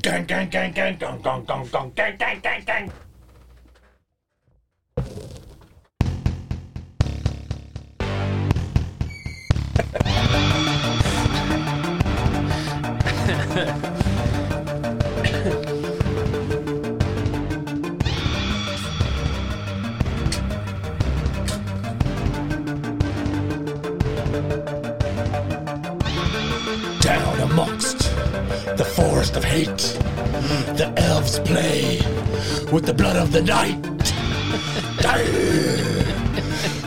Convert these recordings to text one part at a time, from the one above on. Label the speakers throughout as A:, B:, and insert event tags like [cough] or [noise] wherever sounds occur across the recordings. A: Gang, gang, gang, gang, gang, gang, gang, gang, gang, gang, gang, gang. Down amongst the forest of hate, the elves play with the blood of the night.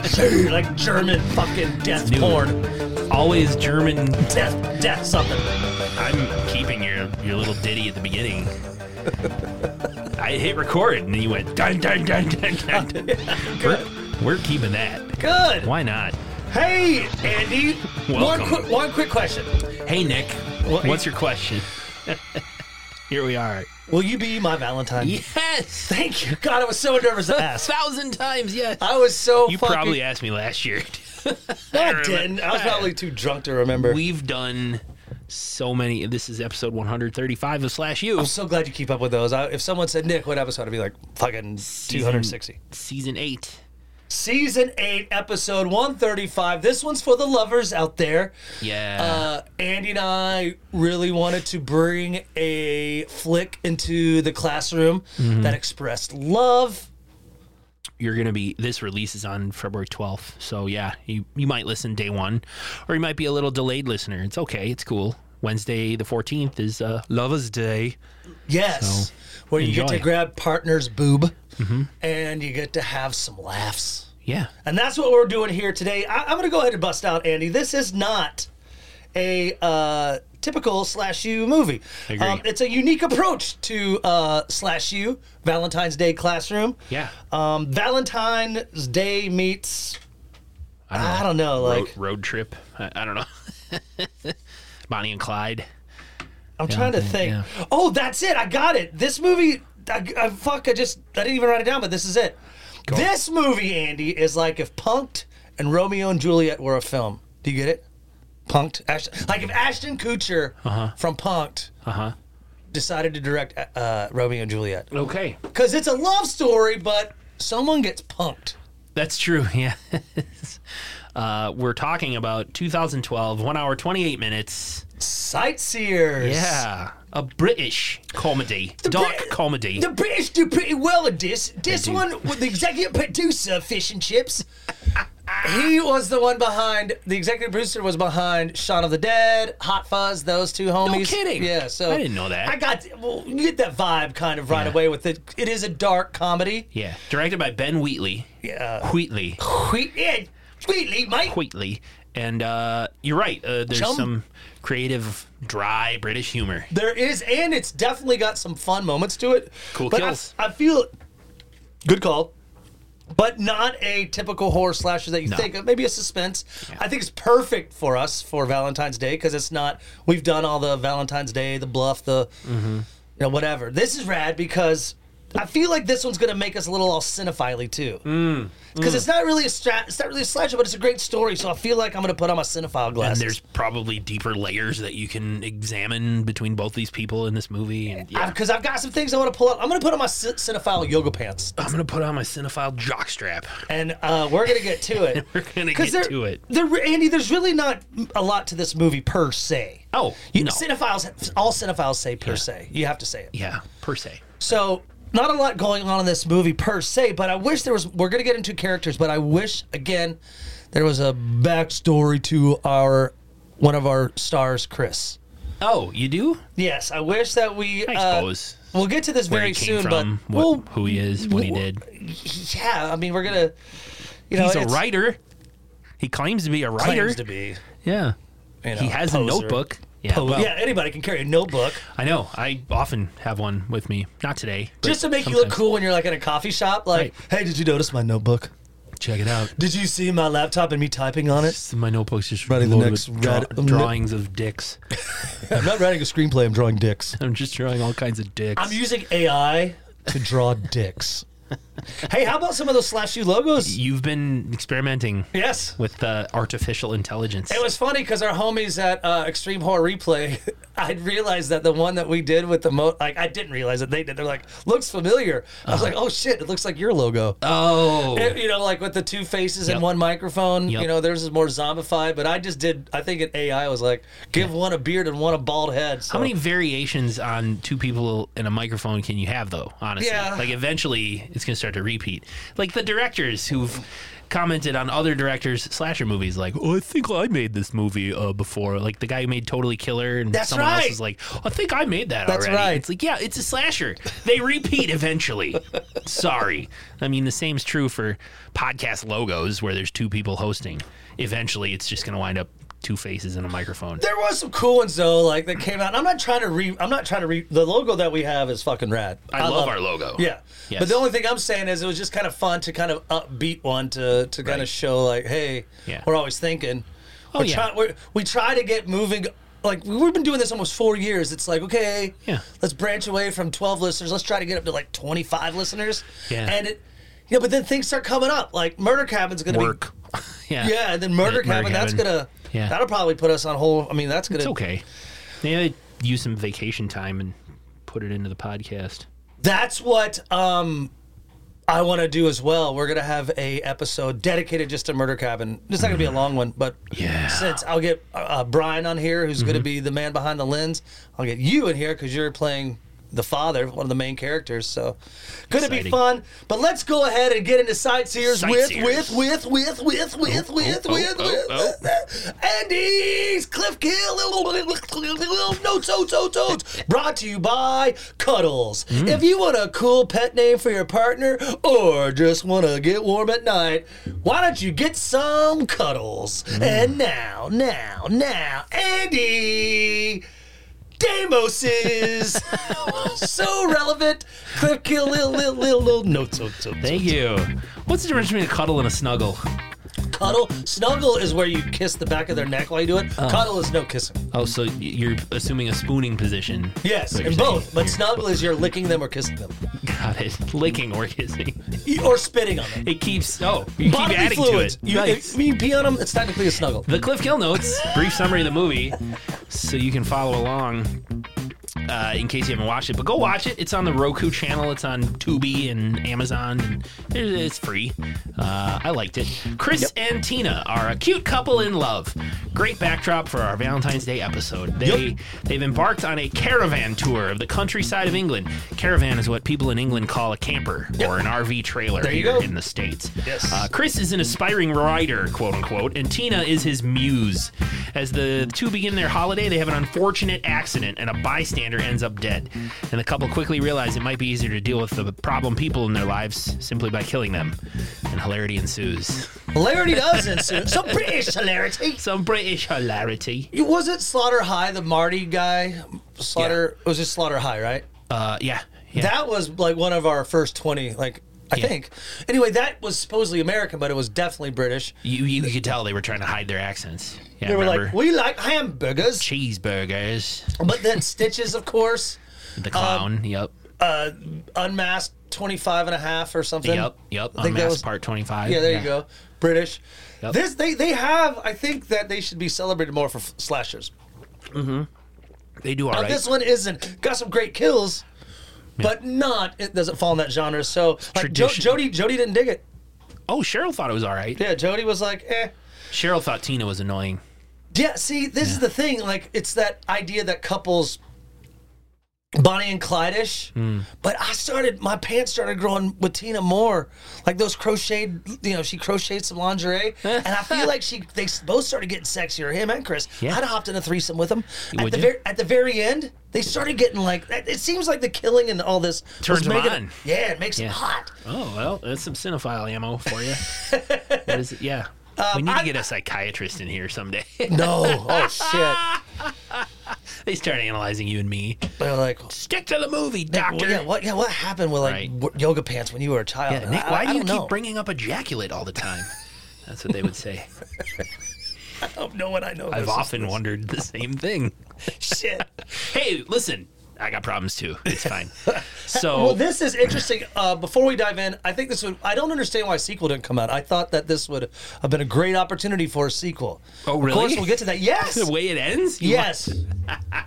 A: Say like German fucking death
B: New.
A: porn,
B: Always German.
A: death, death something.
B: I'm keeping your your little ditty at the beginning. I hit record and you went dun dun dun dun dun. dun. [laughs] we're, we're keeping that.
A: Good.
B: Why not?
A: Hey, Andy. One
B: Welcome.
A: quick, one quick question.
B: Hey Nick,
A: What-
B: what's your question? [laughs] Here we are.
A: Will you be my Valentine?
B: Yes,
A: Thank you. God, I was so nervous to ask.
B: thousand times yes.
A: I was so
B: Uh, You
A: fucking.
B: probably asked me last year. [laughs]
A: No, I
B: remember.
A: didn't. I was probably too drunk to remember.
B: We've done so many. This is episode 135 of Slash U,
A: I'm so glad you keep up with those. I, if someone said, Nick, what episode? I'd be like, fucking 260.
B: season eight.
A: Season 8, episode 135. This one's for the lovers out there.
B: Yeah.
A: Uh, Andy and I really wanted to bring a flick into the classroom
B: Mm-hmm.
A: that expressed love.
B: you're gonna be this release is on February 12th, so yeah, you you might listen day one, or you might be a little delayed listener. It's okay, it's cool. Wednesday the 14th is uh, Lovers Day.
A: Yes.
B: So,
A: Where you get
B: enjoy. Mm-hmm.
A: to grab partner's boob and you get to have some laughs.
B: Yeah,
A: And that's what we're doing here today. I, I'm going to go ahead and bust out, Andy. This is not a uh, typical slash you movie.
B: I agree.
A: Um, it's a unique approach to uh, slash you Valentine's Day classroom.
B: yeah.
A: Um, Valentine's Day meets
B: I don't know.
A: I don't know, like
B: road, road trip. I, I don't know. [laughs] Bonnie and Clyde.
A: I'm trying to think.
B: yeah.
A: Oh, that's it. I got it. This movie. I, I, fuck. I just I didn't even write it down, but this is it. This movie, Andy, is like if Punked and Romeo and Juliet were a film. Do you get it? Punked. Ashton, like if Ashton Kutcher
B: Uh-huh.
A: from Punked
B: Uh huh.
A: decided to direct uh, Romeo and Juliet
B: Okay,
A: because it's a love story, but someone gets punked.
B: that's true. [laughs] Yeah. uh, we're talking about 2012, one hour 28 minutes.
A: Sightseers.
B: Yeah, a British comedy, dark
A: Brit-
B: comedy.
A: The British do pretty well at this. This
B: do.
A: one with the executive producer of Fish and Chips. he was the one behind the executive producer was behind Shaun of the Dead, Hot Fuzz, those two homies.
B: kidding.
A: Yeah, so
B: I didn't know that.
A: I got well, you get that vibe kind of right away with it. It is a dark comedy.
B: yeah, directed by Ben Wheatley.
A: Yeah.
B: Wheatley.
A: Wheat, Uh, yeah, Wheatley, mate.
B: Wheatley. And uh, you're right. Uh, there's
A: Chum.
B: some creative, dry British humor.
A: There is, and it's definitely got some fun moments to it.
B: Cool
A: but I-
B: kills.
A: I, feel good call, but not a typical horror slasher that you think of. Maybe a suspense. I think it's perfect for us for Valentine's Day because it's not. We've done all the Valentine's Day, the bluff, the
B: Mm-hmm.
A: you know whatever. This is rad because. I feel like this one's gonna make us a little all cinephily too, because
B: Mm.
A: it's not really a stra- it's not really a slasher, but it's a great story. So I feel like I'm gonna put on my cinephile
B: And
A: glasses.
B: there's probably deeper layers that you can examine between both these people in this movie. And yeah,
A: because I've got some things I want to pull up. I'm going to put on my c- cinephile yoga pants,
B: I'm gonna put on my cinephile jockstrap. [laughs]
A: and uh, we're going to get to it.
B: We're gonna
A: 'Cause there-
B: get to it.
A: There, Andy, there's really not a lot to this movie per se.
B: Oh
A: You,
B: no,
A: cinephiles, all cinephiles say per se. You have to say it.
B: yeah, per se.
A: So not a lot going on in this movie per se, but I wish there was. We're gonna get into characters, but I wish again there was a backstory to our one of our stars, Chris.
B: Oh, you do?
A: Yes, I wish that we.
B: I
A: uh,
B: suppose
A: We'll get to this
B: where
A: very
B: he came
A: soon,
B: from,
A: but
B: what,
A: we'll
B: who he is, what he did.
A: yeah, I mean, we're gonna. You know,
B: He's a
A: it's-
B: writer. He claims to be a writer.
A: claims to be.
B: yeah,
A: you know,
B: he has
A: poser.
B: a notebook. Yeah, well,
A: yeah, anybody can carry a notebook
B: I know. I often have one with me. Not today. but
A: just to make you look
B: sometimes.
A: cool when you're like at a coffee shop. Like, hey, did you notice my notebook?
B: Check it out.
A: Did you see my laptop and me typing on
B: [laughs]
A: it?
B: My notebook's just
A: Writing the
B: loaded
A: next
B: with draw-
A: rad- um,
B: drawings of dicks. [laughs]
A: I'm not writing a screenplay. I'm drawing dicks.
B: I'm just drawing all kinds of dicks.
A: I'm using AI to draw dicks. [laughs] hey, how about some of those slash you logos?
B: You've been experimenting
A: Yes.
B: with uh, artificial intelligence.
A: It was funny because our homies at uh, Extreme Horror Replay, [laughs] I realized that the one that we did with the mo, like I didn't realize that they did. They're like, looks familiar. I
B: Uh-huh.
A: was like, oh shit, it looks like your logo.
B: oh,
A: It- you know, like with the two faces
B: Yep.
A: and one microphone.
B: Yep.
A: You know, theirs is more zombified, but I just did. I think an AI was like, give one a beard and one a bald head. So.
B: how many variations on two people and a microphone can you have, though? Honestly,
A: Yeah.
B: like eventually it's gonna start to repeat. Like the directors who've commented on other directors' slasher movies, like, "Oh, I think I made this movie uh, before." Like the guy who made Totally Killer, and
A: That's
B: someone
A: right.
B: else is like, "I think I made that
A: That's
B: already."
A: right.
B: It's like, yeah, it's a slasher. They
A: [laughs]
B: repeat eventually. Sorry, I mean the same's true for podcast logos where there's two people hosting. Eventually, it's just gonna wind up two faces and a microphone.
A: There was some cool ones though, like that came out. I'm not trying to re. I'm not trying to re. The logo that we have is fucking rad.
B: I, love, our
A: it.
B: logo.
A: Yeah,
B: Yes.
A: but the only thing I'm saying is it was just kind of fun to kind of upbeat one to to kind
B: Right.
A: of show like, hey,
B: Yeah. Oh,
A: we're always thinking. we're
B: yeah.
A: try- we're, we try to get moving. Like we- we've been doing this almost four years. It's like okay,
B: Yeah.
A: let's branch away from 12 listeners. Let's try to get up to like 25 listeners.
B: Yeah.
A: and it, you know, but then things start coming up. Like Murder Cabin's gonna be [laughs]
B: work. yeah.
A: yeah, and then Murder
B: Yeah, Murder
A: Cabin, that's
B: Cabin.
A: gonna
B: Yeah.
A: that'll probably put us on whole. I mean, that's gonna
B: It's okay. Maybe I use some vacation time and put it into the podcast.
A: that's what um I want to do as well. We're gonna have a episode dedicated just to Murder Cabin. It's not gonna be a long one, but
B: Yeah. Mm-hmm.
A: since I'll get uh, uh, Brian on here, who's gonna be the man behind the lens, I'll get you in here because you're playing the father, one of the main characters. So, gonna be
B: Exciting.
A: fun. But let's go ahead and get into sightseers,
B: Sightseers.
A: with with with with with with with
B: oh,
A: with
B: oh,
A: with Andy's Cliff Kill No Toads, Toads, Toads. Brought to you by Cuddles.
B: Hmm.
A: If you want a cool pet name for your partner or just want to get warm at night, why don't you get some Cuddles?
B: Hmm.
A: And now, now, now, Andy. Damos
B: [laughs]
A: is so relevant. Cliff kill little little little little notes. notes, notes.
B: Thank you. What's the difference between a cuddle and a snuggle?
A: Cuddle, snuggle is where you kiss the back of their neck while you do it.
B: Uh-huh.
A: Cuddle is no kissing.
B: Oh, so y- you're assuming a
A: [laughs]
B: spooning position.
A: Yes,
B: What you're
A: and
B: saying.
A: both. But snuggle is you're licking them or kissing them,
B: Got it. Licking or kissing.
A: You- or spitting on them.
B: It keeps. Oh, you keep
A: Bodily
B: adding
A: fluids.
B: to it.
A: You,
B: Nice.
A: you pee on them. It's technically a snuggle.
B: the Cliff Kill Notes, [laughs] brief summary of the movie, so you can follow along uh, in case you haven't watched it. But go watch it. It's on the Roku channel. It's on Tubi and Amazon. And it- it's free. Uh, I liked it. Chris and Tina are a cute couple in love. Great backdrop for our Valentine's Day episode. They they've embarked on a caravan tour of the countryside of England. Caravan is what people in England call a camper or an RV trailer
A: There you
B: here
A: go.
B: in the states.
A: Yes.
B: Uh, Chris is an aspiring writer, quote unquote, and Tina is his muse. As the two begin their holiday, they have an unfortunate accident, and a bystander ends up dead. And the couple quickly realize it might be easier to deal with the problem people in their lives simply by killing them. And hilarity ensues.
A: Hilarity does
B: [laughs]
A: ensue. Some British hilarity.
B: Some British hilarity.
A: You- Was it Slaughter High, the Marty guy? Slaughter it was just Slaughter High, right?
B: Uh, yeah. yeah.
A: That was like one of our first twenty, like I
B: Yeah.
A: think. Anyway, that was supposedly American, but it was definitely British.
B: you, you could tell they were trying to hide their accents. Yeah,
A: They were
B: remember?
A: like, we like hamburgers,
B: Cheeseburgers.
A: but then Stitches, of course. Um,
B: The clown. yep.
A: uh, unmasked 25 and a half or something.
B: Yep.
A: think
B: Yep.
A: that
B: Unmasked
A: was-
B: part 25.
A: Yeah, there you go. British.
B: Yep.
A: This they they have. I think that they should be celebrated more for f- slashers.
B: They do all right.
A: But This one isn't. Got some great kills, but not. It doesn't fall in that genre. So like jo-
B: Tradition.
A: Jody Jody didn't dig it.
B: Oh, Cheryl thought it was all right.
A: Yeah, Jody was like, eh.
B: Cheryl thought Tina was annoying.
A: Yeah, see, this is the thing. Like, it's that idea that couples, Bonnie and Clyde-ish.
B: Hmm.
A: But I started, my pants started growing with Tina Moore. Like those crocheted, you know, she crocheted some lingerie, and I
B: [laughs]
A: feel like she, they both started getting sexier. Him and Chris.
B: Yeah.
A: I'd hopped in a threesome with them.
B: would
A: At the
B: you?
A: very, at the very end, they started getting like. It it seems like the killing and all this was
B: Turns 'em
A: making-
B: on.
A: Yeah, it makes
B: Yeah.
A: them
B: [laughs]
A: hot.
B: Oh well, that's some cinephile ammo
A: [laughs]
B: for you. what is it? Yeah, we need
A: Um, I-
B: to get a psychiatrist in here someday. [laughs]
A: No, oh shit.
B: they start analyzing you and me.
A: They're like,
B: Stick to the movie, doctor.
A: yeah, what, yeah, what happened with like
B: Right.
A: w- yoga pants when you were a child?
B: Yeah, Nick,
A: I-
B: why
A: I
B: do you
A: don't
B: keep
A: know.
B: bringing up ejaculate all
A: [laughs]
B: the time? That's what they would say.
A: don't know what I know.
B: I've
A: This is-
B: [laughs] often wondered the same thing.
A: shit.
B: Hey, listen, I got problems too.
A: [laughs]
B: It's fine. So
A: Well, this is interesting. Uh, before we dive in, I think this would. I don't understand why a sequel didn't come out. I thought that this would have been a great opportunity for a sequel.
B: Oh, really?
A: Of course, we'll get to that. Yes.
B: [laughs] the way it ends. You
A: yes.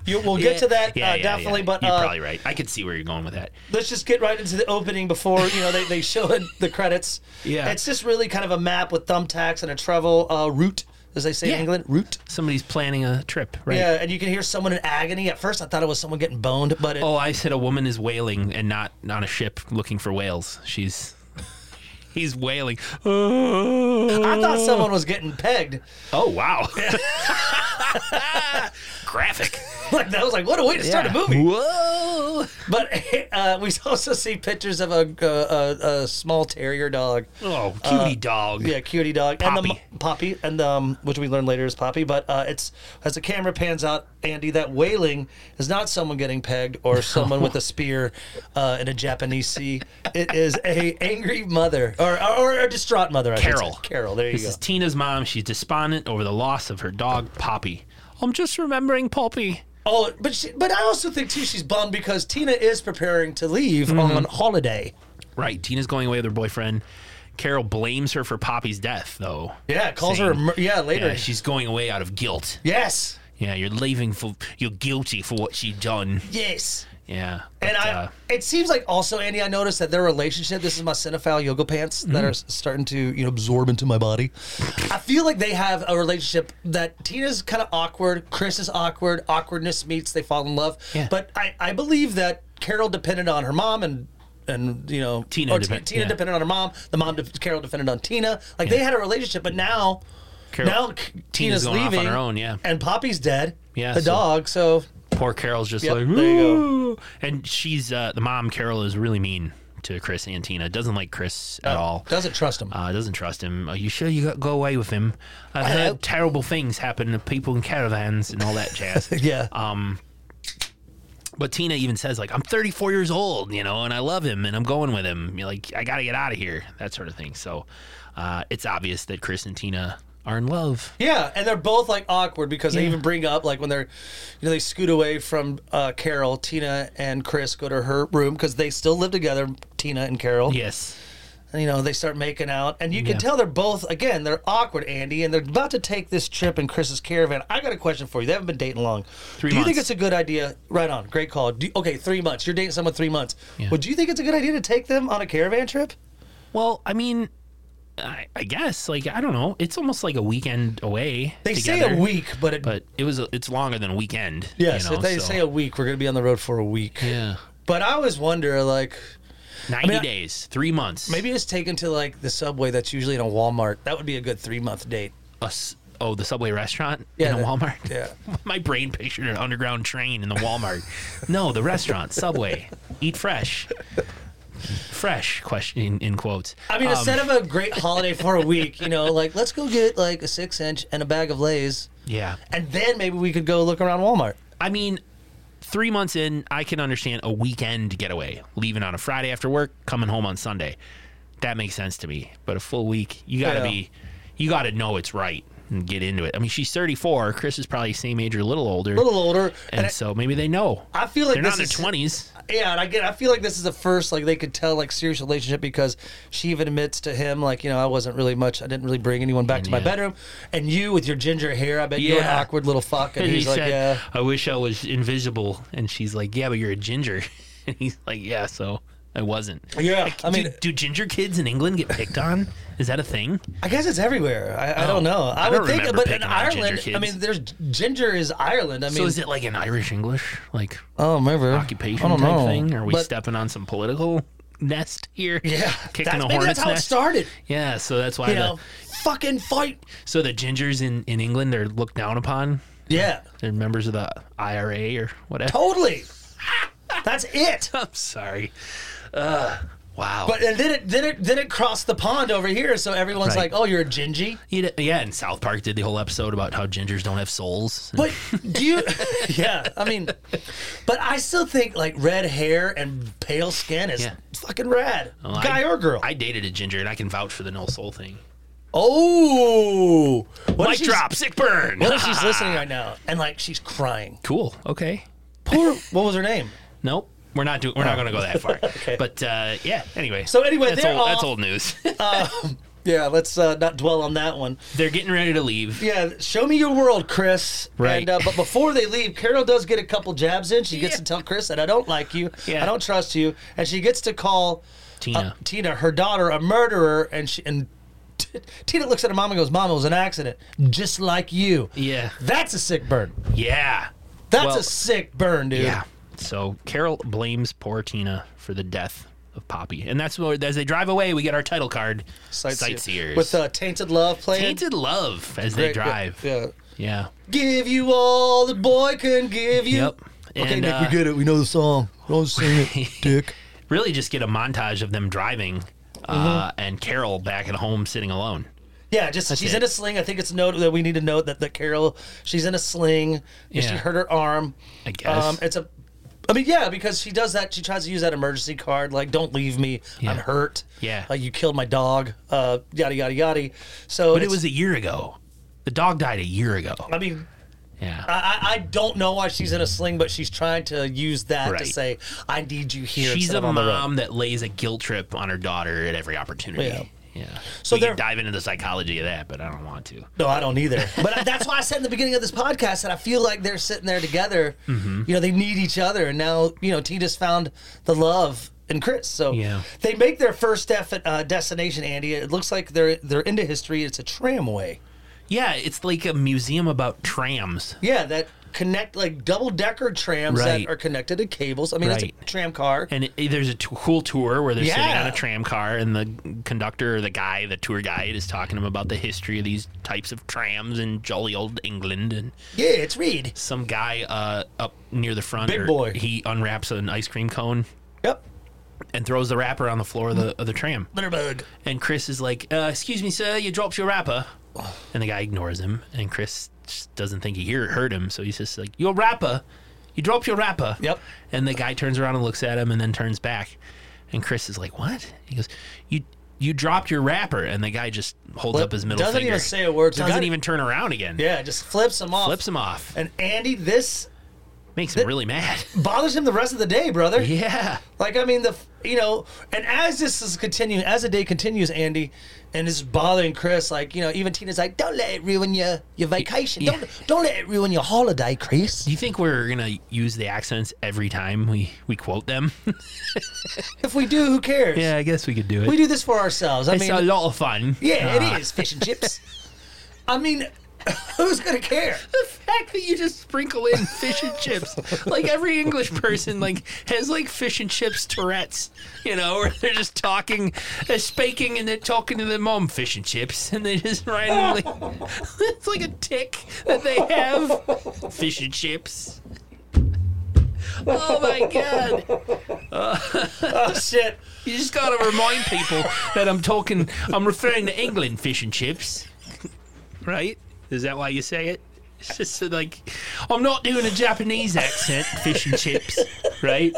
A: You, we'll get to that
B: Yeah,
A: uh,
B: yeah,
A: definitely.
B: yeah.
A: But
B: you're
A: uh,
B: probably right. I could see where you're going with that.
A: let's just get right into the opening before you know they, they show it, the credits.
B: Yeah.
A: It's just really kind of a map with thumbtacks and a travel uh, route, as they say
B: Yeah.
A: in England. Route.
B: Somebody's planning a trip, right?
A: Yeah, and you can hear someone in agony. At first, I thought it was someone getting boned, but it,
B: Oh, I said a woman is wailing and not on a ship looking for whales. She's he's
A: [laughs]
B: wailing.
A: I thought someone was getting pegged. [laughs]
B: Oh wow. Graphic.
A: Like that was like, what a way to start a
B: Yeah.
A: movie.
B: Whoa.
A: But [laughs] uh, we also see pictures of a, a, a, a small terrier dog.
B: Oh, cutie dog.
A: Uh, Yeah, cutie dog and the
B: Poppy.
A: m- Poppy, and um, which we learn later is Poppy. But uh, it's as the camera pans out, Andy, that wailing is not someone getting pegged or
B: [laughs]
A: someone with a spear uh, in a Japanese sea. It is a [laughs] angry mother or or, a distraught mother. I should
B: Carol.
A: say. Carol. There you
B: This
A: go.
B: is Tina's mom. She's despondent over the loss of her dog Poppy. I'm just remembering Poppy.
A: oh, but she, but I also think too she's bummed because Tina is preparing to leave on holiday.
B: Right. Tina's going away with her boyfriend. Carol blames her for Poppy's death, though.
A: Yeah, calls
B: Saying-
A: her. A mur- yeah, later.
B: Yeah, she's going away out of guilt.
A: yes.
B: Yeah, you're leaving for you're guilty for what she done.
A: Yes.
B: Yeah,
A: And
B: but,
A: I,
B: uh,
A: it seems like also Andy, I noticed that their relationship. This is my cinephile yoga pants
B: Mm-hmm.
A: that are s- starting to you know absorb into my body. I feel like they have a relationship that Tina's kind of awkward, Chris is awkward, awkwardness meets they fall in love.
B: Yeah.
A: But I, I believe that Carol depended on her mom and. And you know,
B: Tina
A: or
B: depend-
A: Tina
B: yeah.
A: depended on her mom. The mom, de- Carol, depended on Tina. Like they had a relationship, but now,
B: Carol-
A: now K- Tina's,
B: going off on
A: leaving
B: her own, yeah.
A: and Poppy's dead.
B: Yeah,
A: the
B: so-
A: dog. So
B: poor Carol's just
A: Yep,
B: like,
A: there you go.
B: "Ooh." and she's uh, the mom. Carol is really mean to Chris and Tina. Doesn't like Chris
A: Uh,
B: at all.
A: doesn't trust him.
B: Uh, doesn't trust him. Are you sure you got go away with him? I've heard
A: Hello?
B: terrible things happen to people in caravans and all that jazz.
A: [laughs] yeah.
B: But Tina even says like, "I'm 34 years old, you know, and I love him, and I'm going with him. You're like, I gotta get out of here, that sort of thing." So, uh, it's obvious that Chris and Tina are in love.
A: Yeah, and they're both like awkward because they even bring up like when they're, you know, they scoot away from uh, Carol. Tina and Chris go to her room because they still live together. Tina and Carol.
B: Yes.
A: And, you know, they start making out, and you can
B: Yeah.
A: tell they're both again they're awkward, Andy, and they're about to take this trip in Chris's caravan. I got a question for you. They haven't been dating long.
B: Three
A: Do you think it's
B: months.
A: a good idea? Right on. Great call. Do okay, three months. You're dating someone three months.
B: Yeah.
A: Would you think it's a good idea to take them on a caravan trip?
B: Well, I mean, I, I guess like I don't know. It's almost like a weekend away.
A: They say
B: together,
A: a week, but it,
B: but it was a, it's longer than a weekend.
A: yes,
B: you know,
A: if they
B: so-
A: say a week, we're gonna be on the road for a week.
B: yeah,
A: But I always wonder, like,
B: 90
A: I-
B: days, three months.
A: Maybe it's taken to like the subway that's usually in a Walmart. That would be a good three month date.
B: a s- oh the subway restaurant
A: Yeah,
B: in a
A: the-
B: Walmart.
A: yeah.
B: [laughs] my brain pictured an underground train in the Walmart. no, the restaurant, Subway, eat fresh. Fresh question in, in quotes.
A: I mean, instead
B: Um.
A: of a great holiday for a week, you know, like let's go get like a six inch and a bag of Lay's,
B: Yeah.
A: and then maybe we could go look around Walmart.
B: I mean, three months in, I can understand a weekend getaway, leaving on a Friday after work, coming home on Sunday. That makes sense to me. But a full week, you gotta
A: Yeah.
B: be, you gotta know it's right and get into it. I mean, she's 34. Chris is probably same age or a little older,
A: A little older,
B: and
A: and,
B: so maybe they know.
A: I, I feel like
B: They're
A: this
B: not in their
A: is
B: 20s.
A: yeah, and I get I feel like this is the first like they could tell like serious relationship because she even admits to him like you know I wasn't really much I didn't really bring anyone back to my
B: yeah.
A: bedroom, and you with your ginger hair I bet you're an
B: Yeah.
A: awkward little fuck, and
B: And
A: he's
B: [laughs] he
A: like
B: said,
A: yeah.
B: I wish I was invisible. And she's like, Yeah, but you're a ginger. [laughs] And he's like, Yeah, so I wasn't.
A: Yeah,
B: Like,
A: I mean-
B: do, do ginger kids in England get picked on? Is that a thing?
A: I guess it's everywhere. I, I don't know. I,
B: Oh, I
A: would
B: don't
A: think,
B: remember
A: but in
B: picking on ginger
A: Ireland, I
B: kids.
A: mean, there's ginger is Ireland. I mean,
B: so is it like an Irish English like
A: oh, remember
B: occupation
A: I
B: type
A: don't know.
B: thing? Are we
A: But-
B: stepping on some political [laughs] nest here?
A: Yeah,
B: [laughs] kicking
A: that's,
B: a
A: maybe
B: hornet's
A: that's how
B: nest.
A: it started.
B: Yeah, so that's why
A: You
B: the
A: know, fucking fight.
B: so the gingers in in England are looked down upon.
A: Yeah,
B: They're members of the IRA or whatever. [laughs]
A: totally. That's it.
B: I'm sorry. Uh, wow.
A: But and then it then it then it crossed the pond over here, so everyone's like,
B: Right.
A: "Oh, you're a gingy."
B: You know, yeah, and South Park did the whole episode about how gingers don't have souls.
A: But do
B: [laughs]
A: you? [laughs] yeah, I mean, but I still think like red hair and pale skin is
B: Yeah.
A: fucking rad,
B: Well, I-
A: guy or girl.
B: I dated a ginger, and I can vouch for the no soul thing.
A: oh, what
B: Mic
A: if she's- [laughs]
B: drop, sick burn. [laughs]
A: What if she's listening right now and like she's crying?
B: cool. Okay.
A: Poor, what was her name?
B: Nope. We're not doing. We're not going to go
A: [laughs]
B: that far. But uh, yeah. Anyway.
A: Oh. So anyway,
B: that's
A: they're
B: old, that's
A: off.
B: old news.
A: Yeah, let's uh, not dwell on that one.
B: they're getting ready to leave.
A: Yeah, show me your world, Chris.
B: Right.
A: And, uh, but before they leave, Carol does get a couple jabs in. She gets
B: Yeah.
A: to tell Chris that I don't like you.
B: Yeah.
A: I don't trust you. And she gets to call
B: Tina.
A: uh, Tina, her daughter, a murderer. And she and t- Tina looks at her mom and goes, "Mom, it was an accident, just like you."
B: Yeah.
A: That's a sick burn.
B: Yeah.
A: That's
B: Well-
A: a sick burn, dude.
B: Yeah. So Carol blames poor Tina for the death of Poppy, and that's where as they drive away, we get our title card. Sightseers.
A: with uh, "Tainted Love" playing.
B: Tainted love as they
A: Great, yeah,
B: drive.
A: Yeah,
B: Yeah.
A: Give you all the boy can give you.
B: Yep.
A: Okay,
B: And,
A: Nick,
B: uh,
A: we get it. We know the song. Don't sing
B: [laughs]
A: it, Dick.
B: Really, just get a montage of them driving,
A: Mm-hmm.
B: uh, and Carol back at home sitting alone.
A: Yeah, just she's
B: it.
A: in a sling. I think it's a note that we need to note that, that Carol she's in a sling. Yeah. She
B: Yeah.
A: hurt her arm.
B: I guess.
A: Um, it's a. I mean, yeah, because she does that. She tries to use that emergency card, like "Don't leave me, I'm
B: Yeah.
A: hurt."
B: Yeah.
A: like you killed my dog. Uh, yada yada yada. So,
B: But it was a year ago. The dog died a year ago.
A: I mean,
B: Yeah.
A: I, I I don't know why she's in a sling, but she's trying to use that to
B: Right.
A: say, "I need you here."
B: She's
A: instead
B: a
A: of on the road."
B: mom that lays a guilt trip on her daughter at every opportunity. Yeah.
A: So
B: So we
A: they're-
B: could dive into the psychology of that, but I don't want to.
A: No, I don't either. But that's why I said in the beginning of this podcast that I feel like they're sitting there together.
B: Mm-hmm.
A: You know, they need each other, and now you know Tita's found the love in Chris. So
B: Yeah.
A: they make their first def- uh, destination, Andy. It looks like they're they're into history. It's a tramway.
B: Yeah, it's like a museum about trams.
A: Yeah, that connect like double decker trams
B: Right.
A: that are connected to cables. I mean, it's a
B: Right.
A: tram car.
B: And it, there's a t- cool tour where they're sitting
A: Yeah.
B: on a tram car, and the conductor or the guy, the tour guide, is talking to them about the history of these types of trams in jolly old England. And
A: yeah, it's Reed.
B: some guy uh, up near the front,
A: Big
B: or-
A: boy.
B: he unwraps an ice cream cone
A: Yep,
B: and throws the wrapper on the floor of the, of the tram.
A: Litterbug.
B: And Chris is like, uh, "Excuse me, sir, you dropped your wrapper." And the guy ignores him, and Chris just doesn't think he hear, heard him, so he's just like, "Your wrapper, you dropped your wrapper."
A: Yep.
B: And the guy turns around and looks at him, and then turns back, and Chris is like, "What?" He goes, "You you dropped your wrapper," and the guy just holds
A: Flip-
B: up his middle
A: doesn't
B: finger.
A: even say a word. The
B: Doesn't
A: guy-
B: even turn around again.
A: Yeah, just flips him off.
B: Flips him off.
A: And Andy, this
B: Makes him really mad. [laughs]
A: bothers him the rest of the day, brother.
B: yeah.
A: Like I mean the you know, and as this is continuing, as the day continues, Andy, and it's bothering Chris. Like you know, even Tina's like, "Don't let it ruin your your vacation.
B: yeah.
A: Don't don't let it ruin your holiday, Chris."
B: Do you think we're gonna use the accents every time we we quote them?
A: If we do, who cares?
B: I guess we could do it.
A: we do this for ourselves. I
B: it's a
A: mean,
B: lot of fun.
A: yeah,
B: Ah.
A: it is fish and chips. I mean, [laughs] who's gonna
B: [laughs]
A: care?
B: the fact that you just sprinkle in fish and chips like every english person like has like fish and chips tourette's you know where they're just talking they're speaking and they're talking to their mom fish and chips and they just randomly [laughs] it's like a tick that they have fish and chips oh my god
A: Oh shit!
B: you just gotta remind people that i'm talking i'm referring to england fish and chips right is that why you say it it's just so, like i'm not doing a japanese accent fish and chips right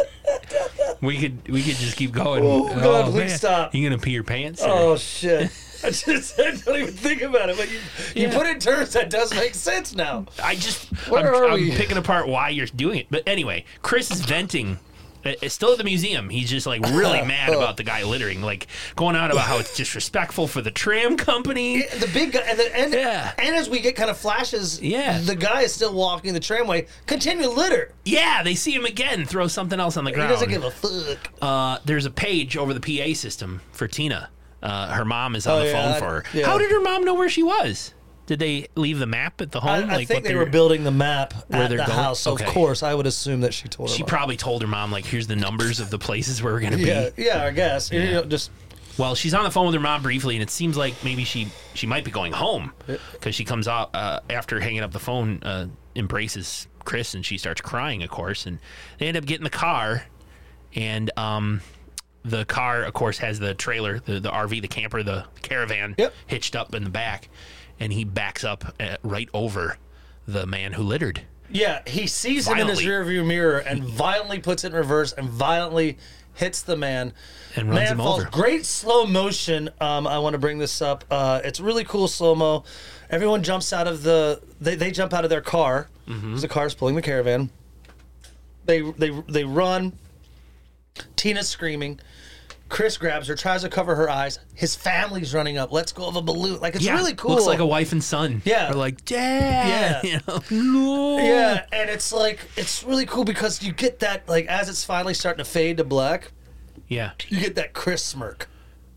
B: we could we could just keep going
A: Oh, God, please stop.
B: you gonna pee your pants or-
A: Oh
B: [laughs]
A: shit! I just I don't even think about it. But you you
B: Yeah.
A: put in terms that does make sense now.
B: i just
A: Where
B: I'm,
A: are
B: I'm
A: we?
B: picking apart why you're doing it but anyway chris is venting Uh, it's still at the museum. He's just like
A: [laughs]
B: really mad about the guy littering, like going on about how it's disrespectful for the tram company.
A: the big guy, and, the, and,
B: Yeah.
A: and as we get kind of flashes,
B: Yeah.
A: the guy is still walking the tramway. Continue litter.
B: Yeah, they see him again throw something else on the
A: He
B: ground.
A: doesn't give a fuck.
B: uh, there's a page over the PA system for Tina. Uh, her mom is on
A: Oh,
B: the
A: yeah,
B: phone for her.
A: I- yeah.
B: How did her mom know where she was? Did they leave the map at
A: I,
B: the home?
A: I think
B: what
A: they
B: their-
A: were building the map at the
B: they're going?
A: house. So
B: Okay.
A: Of course, I would assume that she told
B: She
A: him.
B: probably told her mom like, "Here's the numbers of the places where we're
A: [laughs]
B: gonna
A: yeah,
B: be."
A: yeah, I guess. You know, just
B: Well, she's on the phone with her mom briefly, and it seems like maybe she she might be going home because she comes out uh, after hanging up the phone, uh, embraces Chris, and she starts crying, of course. And they end up getting the car, and um, the car, of course, has the trailer, the, the RV, the camper, the caravan
A: Yep.
B: hitched up in the back, and he backs up uh, right over the man who littered.
A: yeah. He sees
B: Violently.
A: him in his rearview mirror and violently puts it in reverse and violently hits the man.
B: And runs
A: man
B: him
A: falls.
B: over.
A: Great slow motion. Um, I want to bring this up. Uh, it's really cool slow mo. Everyone
B: Mm-hmm.
A: jumps out of the. They, they jump out of their car. 'cause The car's pulling the caravan. They they they run. Tina's screaming. Chris grabs her, tries to cover her eyes. His family's running up. Let's go of a balloon. Like it's
B: Yeah,
A: really cool.
B: Looks like a wife and son.
A: Yeah.
B: Or like, dad.
A: Yeah.
B: [laughs] You know?
A: Yeah, and it's like it's really cool because you get that like as it's finally starting to fade to black,
B: Yeah.
A: you get that Chris smirk.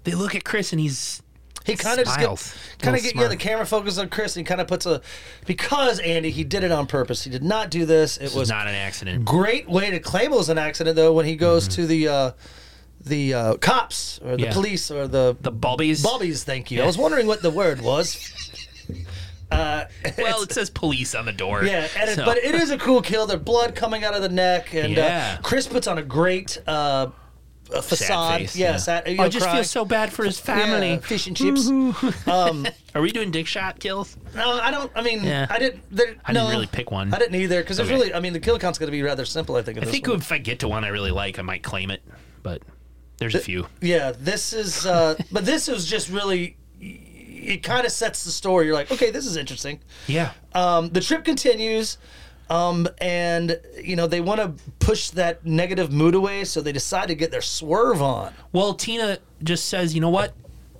B: They look at Chris and he's
A: He kind of just
B: Smiles.
A: kind of
B: Little
A: get yeah.
B: smirk.
A: The camera focuses on Chris, and he kind of puts a because Andy he did it on purpose. He did not do this. It was
B: was not an accident.
A: great way to claim it was an accident though when he goes to the uh, the uh, cops or the
B: Mm-hmm. Yeah.
A: police or the
B: The Bobbies.
A: bobbies. Thank you. I was wondering what the word was.
B: [laughs] Well, it says police on the
A: [laughs]
B: door.
A: Yeah, and it,
B: so-
A: but it is a cool kill. There's blood coming out of the neck, and
B: Yeah.
A: uh, Chris puts on a great uh, uh, facade.
B: face,
A: yeah,
B: yeah.
A: sad. You know,
B: I just
A: crying.
B: feel so bad for his
A: Yeah, Um, [laughs]
B: family. Mm-hmm.
A: fish and chips. [laughs]
B: [laughs] Are we doing dick shot kills?
A: No, I don't. I mean,
B: Yeah.
A: I didn't. There,
B: I
A: no,
B: didn't really pick one.
A: I didn't either because there's
B: Okay.
A: really. I mean, the kill count's going to be rather simple. I think. in
B: I
A: this
B: think
A: one.
B: if I get to one I really like, I might claim it. But there's a few.
A: Yeah, this is.
B: [laughs]
A: Uh, but this is just really. It kind of sets the story. You're like, okay, this is interesting.
B: Yeah.
A: Um, the trip continues. Um, and you know they want to push that negative mood away, so they decide to get their swerve on.
B: Well, Tina just says, you know what?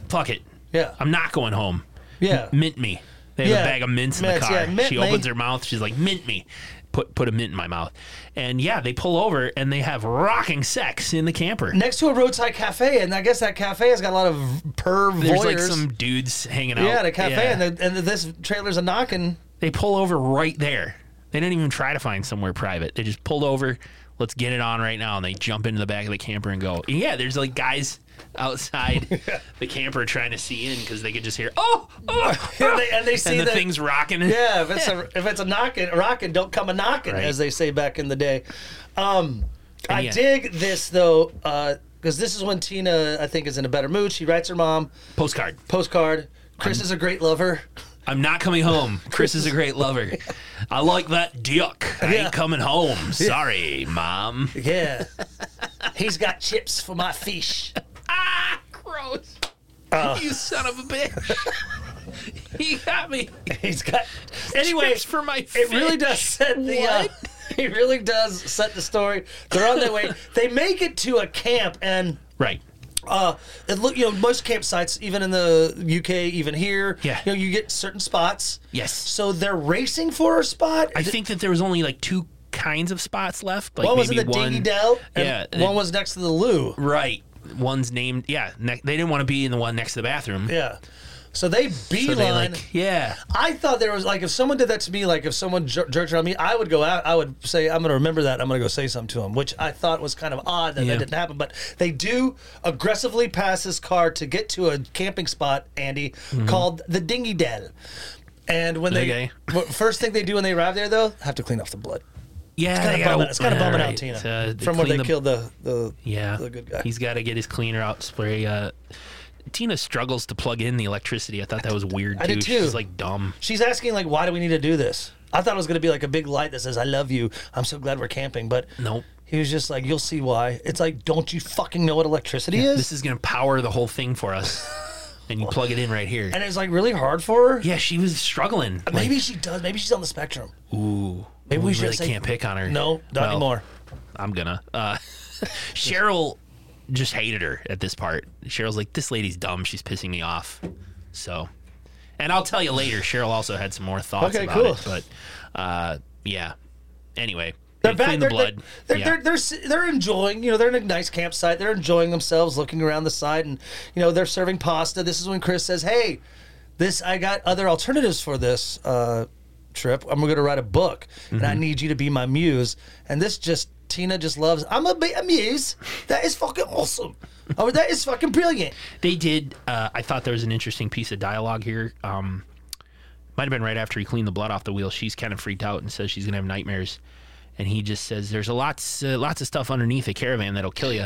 B: Fuck it.
A: Yeah.
B: I'm not going home.
A: Yeah.
B: Mint me. They have
A: Yeah.
B: a bag of mints in
A: Mints,
B: the car.
A: yeah, mint
B: she
A: me.
B: opens her mouth. She's like, mint me. Put put a mint in my mouth. And yeah, they pull over and they have rocking sex in the camper.
A: Next to a roadside cafe, and I guess that cafe has got a lot of perv
B: There's
A: voyeurs.
B: like some dudes hanging out.
A: yeah, the cafe,
B: Yeah.
A: and, the, and this trailer's a knocking.
B: they pull over right there. They didn't even try to find somewhere private. They just pulled over. Let's get it on right now. And they jump into the back of the camper and go. And yeah, there's like guys
A: [laughs]
B: outside the camper trying to see in because they could just hear, oh,
A: [laughs]
B: oh,
A: And they- and they see
B: the
A: that-
B: things rocking.
A: Yeah, if it's a if it's a knocking rocking, don't come a knocking,
B: Right.
A: as they say back in the day. Um, I
B: yeah.
A: dig this though, because this is when Tina, I think, is in a better mood. She writes her mom
B: Postcard.
A: postcard. Chris is a great lover.
B: I'm not coming home. Chris is a great lover. I like that duck. I
A: Yeah.
B: ain't
A: [laughs]
B: coming home. Sorry, mom. [laughs]
A: Yeah, he's got chips for my fish.
B: Ah, gross. you son of a bitch. [laughs] he got me.
A: [laughs] He's got. Anyway,
B: Chips for my
A: It really
B: fish.
A: does set the. Uh,
B: What?
A: [laughs] it really does set the story. They're on their way. They make it to a camp, and
B: Right.
A: uh, it look you know most campsites, even in the UK, even here,
B: Yeah.
A: you know you get certain spots.
B: Yes.
A: So they're racing for a spot.
B: I think that there was only like two kinds of spots left. Like
A: one was in
B: maybe
A: the
B: one,
A: dingy dell, and
B: Yeah, and
A: one
B: it-
A: was next to the loo.
B: Right. One's named. Yeah. Ne- they didn't want to be in the one next to the bathroom.
A: Yeah. So they
B: So
A: beeline.
B: they like, yeah.
A: I thought there was like if someone did that to me, like if someone jer- jerked on me, I would go out. I would say I'm going to remember that. I'm going to go say something to him, which I thought was kind of odd that
B: Yeah.
A: that didn't happen. But they do aggressively pass his car to get to a camping spot, Andy,
B: Mm-hmm.
A: called the Dingy Dell. And when they [laughs]
B: Okay.
A: w- first thing they do when they arrive there though, have to clean off the blood.
B: Yeah.
A: It's kind
B: they
A: of
B: gotta-
A: bumming, it's kind of
B: all
A: bumming out
B: right,
A: Tina
B: uh,
A: from where they
B: clean the-
A: killed the the
B: Yeah.
A: the good guy.
B: He's got to get his cleaner out spray. Uh, Tina struggles to plug in the electricity. I thought that was weird.
A: I did too.
B: She's like dumb.
A: She's asking like, why do we need to do this? I thought it was going to be like a big light that says, "I love you. I'm so glad we're camping." But
B: Nope.
A: he was just like, "You'll see why." It's like, don't you fucking know what electricity is?
B: This is gonna power the whole thing for
A: [laughs]
B: us, and you plug it in right here.
A: and it's like really hard for her.
B: Yeah, she was struggling.
A: Maybe she does. Maybe she's on the spectrum.
B: Ooh,
A: Maybe we should
B: really
A: say-
B: can't pick on her.
A: No, not
B: Well,
A: anymore.
B: I'm gonna.
A: [laughs]
B: Uh, [laughs] Cheryl just hated her at this part. Cheryl's like, "This lady's dumb. She's pissing me off." So, and I'll tell you later. Cheryl also had some more thoughts
A: Okay,
B: about
A: cool.
B: it, but uh, yeah. Anyway,
A: They're
B: they
A: back.
B: clean
A: They're,
B: the blood.
A: They're,
B: Yeah.
A: they're, they're, they're, they're enjoying. You know, they're in a nice campsite. They're enjoying themselves, looking around the side, and you know, they're serving pasta. This is when Chris says, "Hey, this I got other alternatives for this uh, trip. I'm going to write a book, and
B: Mm-hmm.
A: I need you to be my muse." And this just Tina just loves. I'm a be a muse. That is fucking awesome. Oh, that is fucking brilliant.
B: They did. Uh, I thought there was an interesting piece of dialogue here. Um, might have been right after he cleaned the blood off the wheel. She's kind of freaked out and says she's gonna have nightmares, and he just says there's a lots uh, lots of stuff underneath a caravan that'll kill you.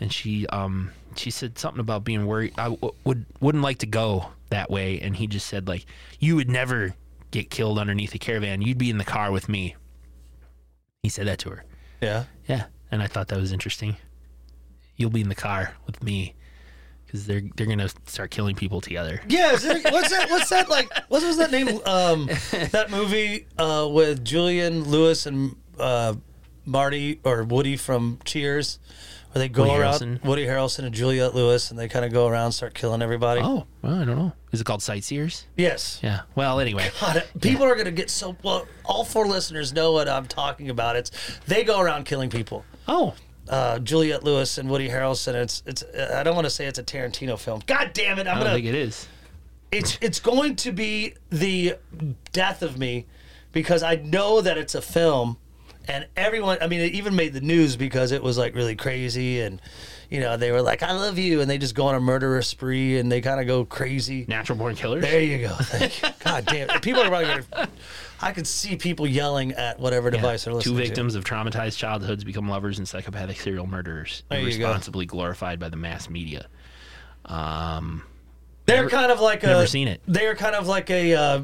B: And she um, she said something about being worried. I w- would wouldn't like to go that way. And he just said like you would never get killed underneath a caravan. You'd be in the car with me. He said that to her.
A: Yeah.
B: Yeah, and I thought that was interesting. You'll be in the car with me because they're they're gonna start killing people together.
A: Yeah, is it, what's that? What's that like? What was that name? Um, that movie uh, with Julian Lewis and uh, Marty or Woody from Cheers, where they go
B: Woody
A: around
B: Harrelson.
A: Woody Harrelson and Juliette Lewis, and they kind of go around and start killing everybody.
B: Oh, well, I don't know. Is it called Sightseers?
A: Yes.
B: Yeah. Well,
A: [laughs]
B: anyway.
A: God, uh, people are going to get so. Well, all four listeners know what I'm talking about. It's they go around killing people.
B: Oh,
A: Uh, Juliette Lewis and Woody Harrelson. It's it's. uh, I don't want to say it's a Tarantino film. God damn it! I'm
B: I don't
A: gonna.
B: think it is.
A: it's it's going to be the death of me because I know that it's a film and everyone I mean it even made the news because it was like really crazy and you know they were like I love you and they just go on a murderous spree and they kind of go crazy.
B: Natural Born Killers.
A: There you go. Thank you. God damn it. People are probably gonna I could see people yelling at whatever device they're
B: Two
A: listening
B: victims of traumatized childhoods become lovers and psychopathic serial murderers,
A: There you go.
B: responsibly glorified by the mass media.
A: to. They're kind of like a
B: never seen it.
A: They're kind of like a uh,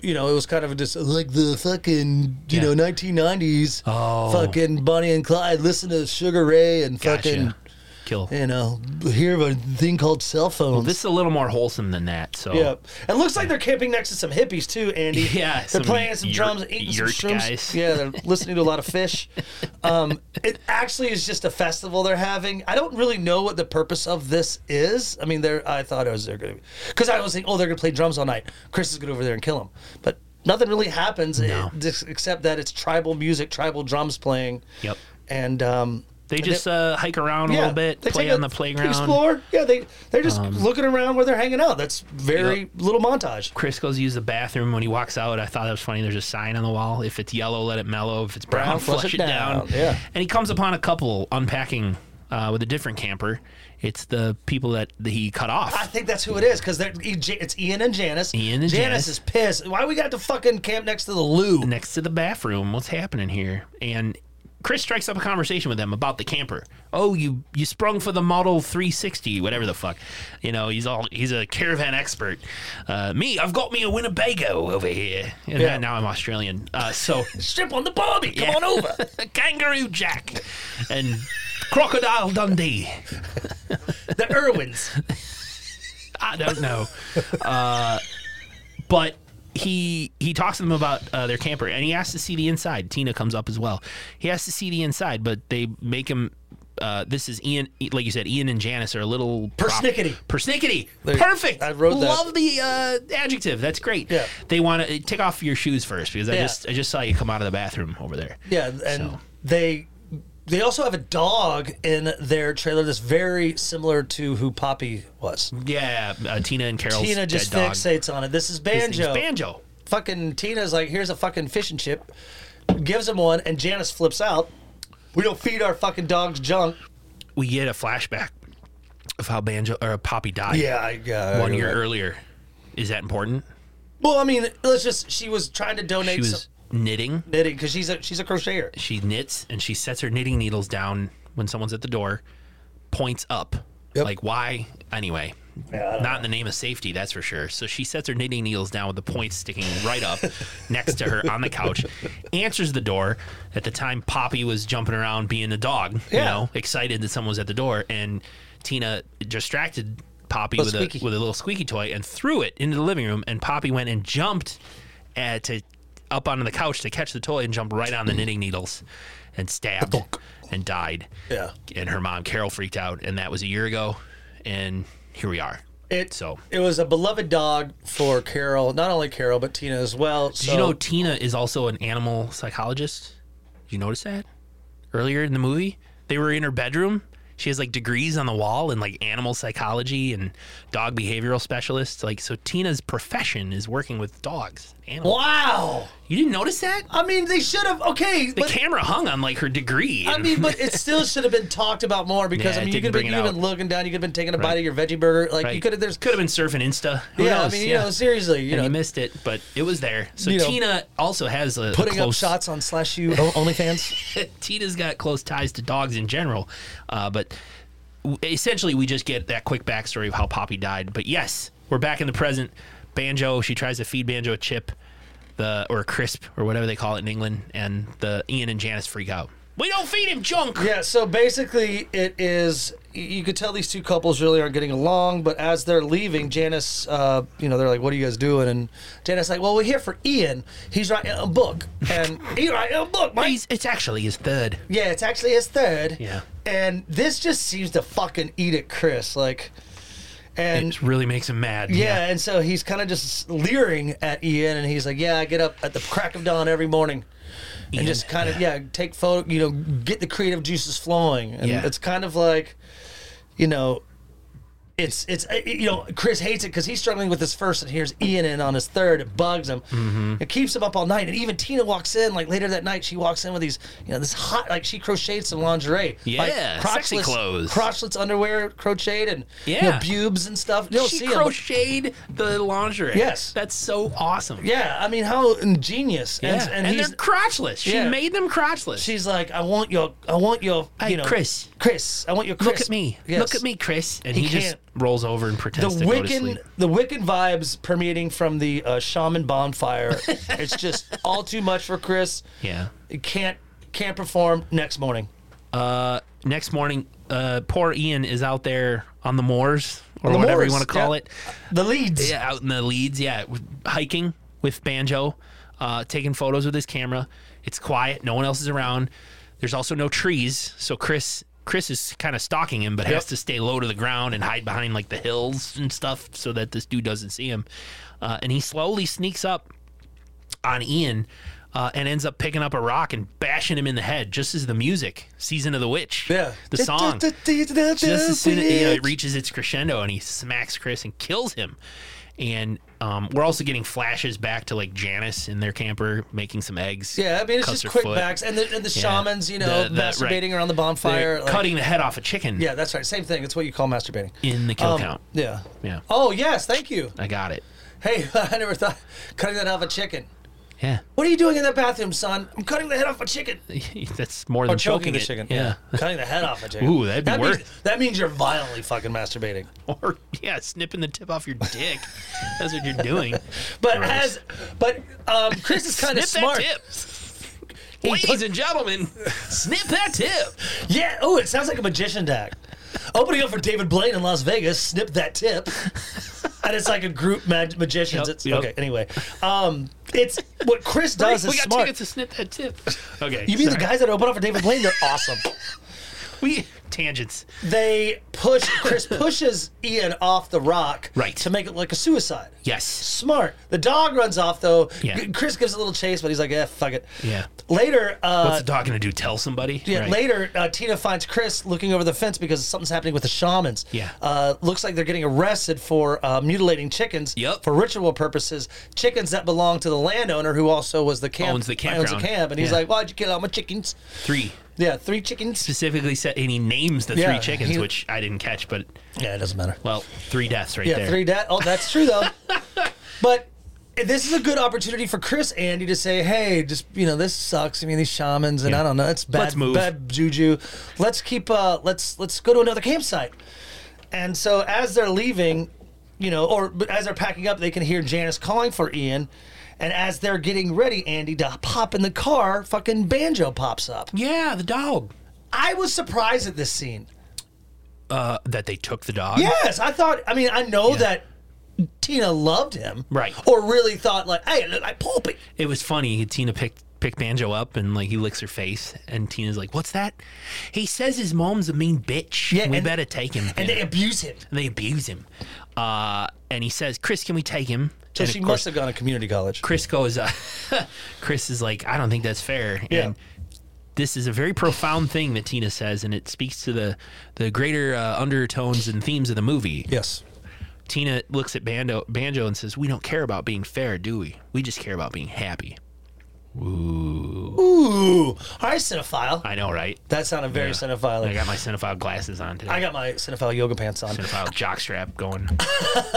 A: you know, it was kind of just like the fucking, you know,
B: Yeah.
A: 1990s.
B: Oh.
A: Fucking Bonnie and Clyde, listen to Sugar Ray and fucking,
B: Gotcha. Kill.
A: you know, hear of a thing called cell phones.
B: This is a little more wholesome than that. So.
A: yeah. And it looks like they're camping next to some hippies too, Andy.
B: [laughs] Yeah,
A: They're
B: some
A: playing some
B: yurt-
A: drums, eating some
B: yurt
A: shrooms.
B: guys.
A: Yeah,
B: [laughs]
A: they're listening to a lot of fish. Um, it actually is just a festival they're having. I don't really know what the purpose of this is. I mean, they're, I thought it was they're going to be, because I was thinking, oh, they're going to play drums all night. Chris is going to go over there and kill him. But nothing really happens eh, dis- except that it's tribal music, tribal drums playing.
B: Yep.
A: And, um,
B: They
A: and
B: just uh, hike around a little bit,
A: they
B: play
A: take a-
B: on the playground. Um,
A: Explore. Yeah, they they're just looking around where they're hanging out. That's very little montage.
B: Chris goes to use the bathroom. When he walks out, I thought that was funny. There's a sign on the wall. If it's yellow, let it mellow. If it's brown, flush, it down.
A: Yeah.
B: And he comes upon a couple unpacking uh, with a different camper. It's the people that he cut off.
A: I think that's who it is because it's Ian and Janice.
B: Ian and
A: Janice
B: Janice.
A: is pissed. Why we got to fucking camp next to the loo?
B: next to the bathroom. What's happening here? And Chris strikes up a conversation with them about the camper. Oh, you you sprung for the Model 360, whatever the fuck. You know, he's all he's a caravan expert. Uh, me, I've got me a Winnebago over here. And
A: Yeah.
B: now I'm Australian. Uh, so
A: Strip on the Barbie. Come
B: Yeah.
A: on over.
B: [laughs] Kangaroo Jack and Crocodile Dundee.
A: The
B: [laughs]
A: Irwins.
B: I don't know. uh, but he he talks to them about uh, their camper, and he asks to see the inside. Tina comes up as well. He has to see the inside, but they make him. Uh, this is Ian, like you said, Ian and Janice are a little prop-
A: Persnickety.
B: persnickety,
A: There-
B: perfect.
A: I wrote that.
B: Love the uh, adjective. That's great.
A: Yeah.
B: They want to take off your shoes first because I
A: Yeah.
B: just I just saw you come out of the bathroom over there.
A: Yeah, and
B: So.
A: they they also have a dog in their trailer that's very similar to who Poppy was.
B: Yeah. Uh, Tina and Carol's
A: Tina just
B: dead dog.
A: fixates on it. This is
B: His name's
A: Banjo.
B: Banjo.
A: fucking Tina's like, here's a fucking fish and chip, gives him one, and Janice flips out. We don't feed our fucking dogs junk.
B: We get a flashback of how Banjo or Poppy died.
A: Yeah, I, yeah.
B: one year earlier. Is that important?
A: Well, I mean, let's just. She was trying to donate
B: She was
A: some
B: knitting.
A: knitting because she's a she's a crocheter.
B: She knits and she sets her knitting needles down when someone's at the door, points up.
A: Yep.
B: Like, why? Anyway,
A: Yeah, I
B: not
A: don't
B: in the name of safety, that's for sure. So she sets her knitting needles down with the points sticking
A: [laughs]
B: right up next to her on the couch, answers the door. At the time, Poppy was jumping around being a dog, you
A: Yeah.
B: know, excited that someone was at the door. And Tina distracted Poppy with
A: Little
B: a,
A: squeaky.
B: with a little squeaky toy and threw it into the living room. And Poppy went and jumped at, to, up onto the couch to catch the toy and jumped right on the knitting needles and stabbed and died.
A: Yeah.
B: And her mom, Carol, freaked out. And that was a year ago. And here we are.
A: It
B: So-
A: it was a beloved dog for Carol, not only Carol but Tina as well. So
B: Did you know Tina is also an animal psychologist? Did you notice that? Earlier in the movie, they were in her bedroom. She has like degrees on the wall in like animal psychology and dog behavioral specialists. Like, so Tina's profession is working with dogs. Animals.
A: wow.
B: You didn't notice that?
A: I mean, they should have. Okay,
B: The
A: but
B: camera hung on like her degree.
A: I mean, but it still should have been talked about more because
B: Yeah,
A: I mean,
B: it
A: you
B: didn't
A: could have
B: bring
A: been,
B: it
A: you could've
B: out.
A: been looking down, you could have been taking a bite of your veggie burger, like you
B: Right.
A: could have. There's
B: could have been surfing Insta. Who
A: yeah,
B: knows?
A: I mean, you
B: Yeah.
A: know, seriously, you
B: And
A: know,
B: you missed it, but it was there. So
A: You know,
B: Tina also has a, a
A: putting up
B: close
A: shots on slash you O- OnlyFans.
B: [laughs] Tina's got close ties to dogs in general, uh, but w- essentially we just get that quick backstory of how Poppy died. But yes, we're back in the present. Banjo, she tries to feed Banjo a chip, the or a crisp or whatever they call it in England, and the Ian and Janice freak out. We don't feed him junk.
A: Yeah, so basically, it is. y- You could tell these two couples really aren't getting along, but as they're leaving, Janice, uh, you know, they're like, "What are you guys doing?" And Janice like, "Well, we're here for Ian. He's writing a book, and [laughs] he writing a book, Mike.
B: He's, it's actually his third.
A: Yeah, it's actually his third.
B: Yeah.
A: and this just seems to fucking eat at Chris, like, and
B: It really makes him mad.
A: Yeah, and so he's kind of just leering at Ian, and he's like, "Yeah, I get up at the crack of dawn every morning, and
B: Ian,
A: just kind of yeah, take photo, you know, get the creative juices flowing." And
B: Yeah.
A: it's kind of like, you know, it's it's uh, you know, Chris hates it because he's struggling with his first, and here's Ian in on his third. It bugs him.
B: Mm-hmm.
A: It keeps him up all night, and even Tina walks in like later that night. She walks in with these, you know, this hot like she crocheted some lingerie, like,
B: Yeah, sexy clothes.
A: crotchless underwear crocheted, and you know,
B: Yeah.
A: pubes and stuff. You don't
B: She
A: see 'em, but-
B: crocheted the lingerie.
A: Yes.
B: That's so awesome.
A: yeah, I mean, how ingenious!
B: Yeah.
A: And, and, he's,
B: they're crotchless. She
A: Yeah.
B: made them crotchless.
A: she's like, "I want your, I want your,
B: Hey,
A: you know,
B: Chris.
A: Chris, I want your Chris.
B: Look at me.
A: Yes.
B: Look at me, Chris. And
A: He
B: he, just
A: can't.
B: rolls over and
A: The
B: pretends to go to
A: Wiccan,
B: sleep.
A: the Wiccan vibes permeating from the uh, shaman
B: [laughs]
A: bonfire. it's just all too much for Chris.
B: Yeah.
A: He can't, can't perform next morning.
B: Uh, next morning, uh, poor Ian is out there on the moors or
A: The
B: whatever you
A: Moors,
B: want to call
A: yeah.
B: it.
A: The leads.
B: Yeah, uh, out in the leads. Yeah, with- hiking with banjo, uh, taking photos with his camera. It's quiet. No one else is around. There's also no trees, so Chris Chris is kind of stalking him, but has to stay low to the ground and hide behind like the hills and stuff, so that this dude doesn't see him. Uh, and he slowly sneaks up on Ian. Uh, and ends up picking up a rock and bashing him in the head, just as the music, "Season of the Witch,"
A: Yeah.
B: the song just as soon as you know, it reaches its crescendo and he smacks Chris and kills him. And um, we're also getting flashes back to like Janice in their camper making some eggs.
A: Yeah, I mean, it's
B: cuts
A: just
B: her
A: quick
B: foot.
A: backs, and the, and the shamans, you know,
B: The- the- right.
A: masturbating around the
B: They're
A: bonfire. like-
B: cutting the head off a chicken
A: yeah, that's right. Same thing. It's what you call masturbating.
B: in the kill
A: Um,
B: count.
A: Yeah.
B: Yeah.
A: Oh yes, thank you.
B: I got it.
A: Hey, [laughs] I never thought cutting that off a chicken.
B: Yeah. [laughs]
A: What are you doing in that bathroom, son? I'm cutting the head off a chicken.
B: That's more than
A: Or choking the
B: it.
A: chicken.
B: Yeah.
A: [laughs] Cutting the head off a chicken.
B: Ooh, that'd be
A: that Means,
B: worse.
A: that means you're violently fucking masturbating.
B: Or yeah, snipping the tip off your dick. That's what you're
A: [laughs]
B: doing.
A: But
B: Gross.
A: as but um, Chris
B: [laughs]
A: is kind of
B: Snip
A: smart.
B: that tip. Ladies and gentlemen, snip that tip.
A: Yeah. Oh, it sounds like a magician act. Opening up for David Blaine in Las Vegas, snip that
B: [laughs]
A: tip, and it's like a group mag- magicians.
B: Yep,
A: it's
B: yep.
A: okay. Anyway, um, it's what Chris does
B: we
A: is
B: got
A: smart.
B: tickets to snip that tip. Okay.
A: You mean the
B: sorry.
A: guys that open up for David Blaine? They're awesome.
B: [laughs] We tangents.
A: they push
B: [laughs]
A: Chris pushes Ian off the rock
B: Right.
A: to make it look a suicide.
B: Yes.
A: Smart. The dog runs off though.
B: Yeah.
A: G- Chris gives a little chase, but he's like, "Eh, fuck it."
B: Yeah.
A: Later,
B: What's
A: uh,
B: the dog gonna do? Tell somebody?
A: yeah,
B: Right.
A: later uh, Tina finds Chris looking over the fence because something's happening with the shamans.
B: Yeah.
A: Uh, looks like they're getting arrested for uh, mutilating chickens
B: Yup.
A: for ritual purposes. Chickens that belong to the landowner who also was the camp
B: Owns the
A: owns the
B: campground.
A: camp, and he's
B: Yeah.
A: like, "Why'd you kill all my chickens?"
B: Three
A: Yeah, three chickens.
B: specifically said, and he names the
A: Yeah,
B: three chickens,
A: he-
B: which I didn't catch, but
A: Yeah, it doesn't matter.
B: well, three deaths right
A: Yeah,
B: there.
A: three deaths. Oh, that's true
B: [laughs]
A: though. but this is a good opportunity for Chris Andy to say, "Hey, just you know, this sucks. I mean, these shamans and I don't know, it's bad,
B: Let's move.
A: bad juju. Let's keep, uh, let's let's go to another campsite." And so as they're leaving, you know, or but as they're packing up, they can hear Janice calling for Ian. And as they're getting ready, Andy, to pop in the car, fucking banjo pops up.
B: Yeah, the dog.
A: I was surprised at this scene.
B: Uh, that they took the dog.
A: Yes, I thought. I mean, I know that Tina loved him,
B: Right.
A: Or really thought like, "Hey, I look like Pulpy."
B: It was funny. Tina picked picked Banjo up and like he licks her face, and Tina's like, "What's that?" He says his mom's a mean bitch.
A: Yeah,
B: we
A: and-
B: better take him.
A: And they abuse him.
B: And they abuse him. Uh, and he says, "Chris, can we take him?"
A: So
B: and
A: she
B: of course,
A: must have gone to community college.
B: Chris goes, [laughs] uh, Chris is like, I don't think that's fair.
A: Yeah.
B: And this is a very profound thing that Tina says, and it speaks to the the greater uh, undertones and themes of the movie.
A: Yes.
B: Tina looks at Banjo, Banjo and says, "We don't care about being fair, do we? We just care about being happy."
A: Ooh. All right, cinephile.
B: I know, right?
A: That sounded very cinephile.
B: I got my cinephile glasses on today.
A: I got my cinephile yoga pants on. Uh,
B: cinephile jockstrap
A: [laughs]
B: going.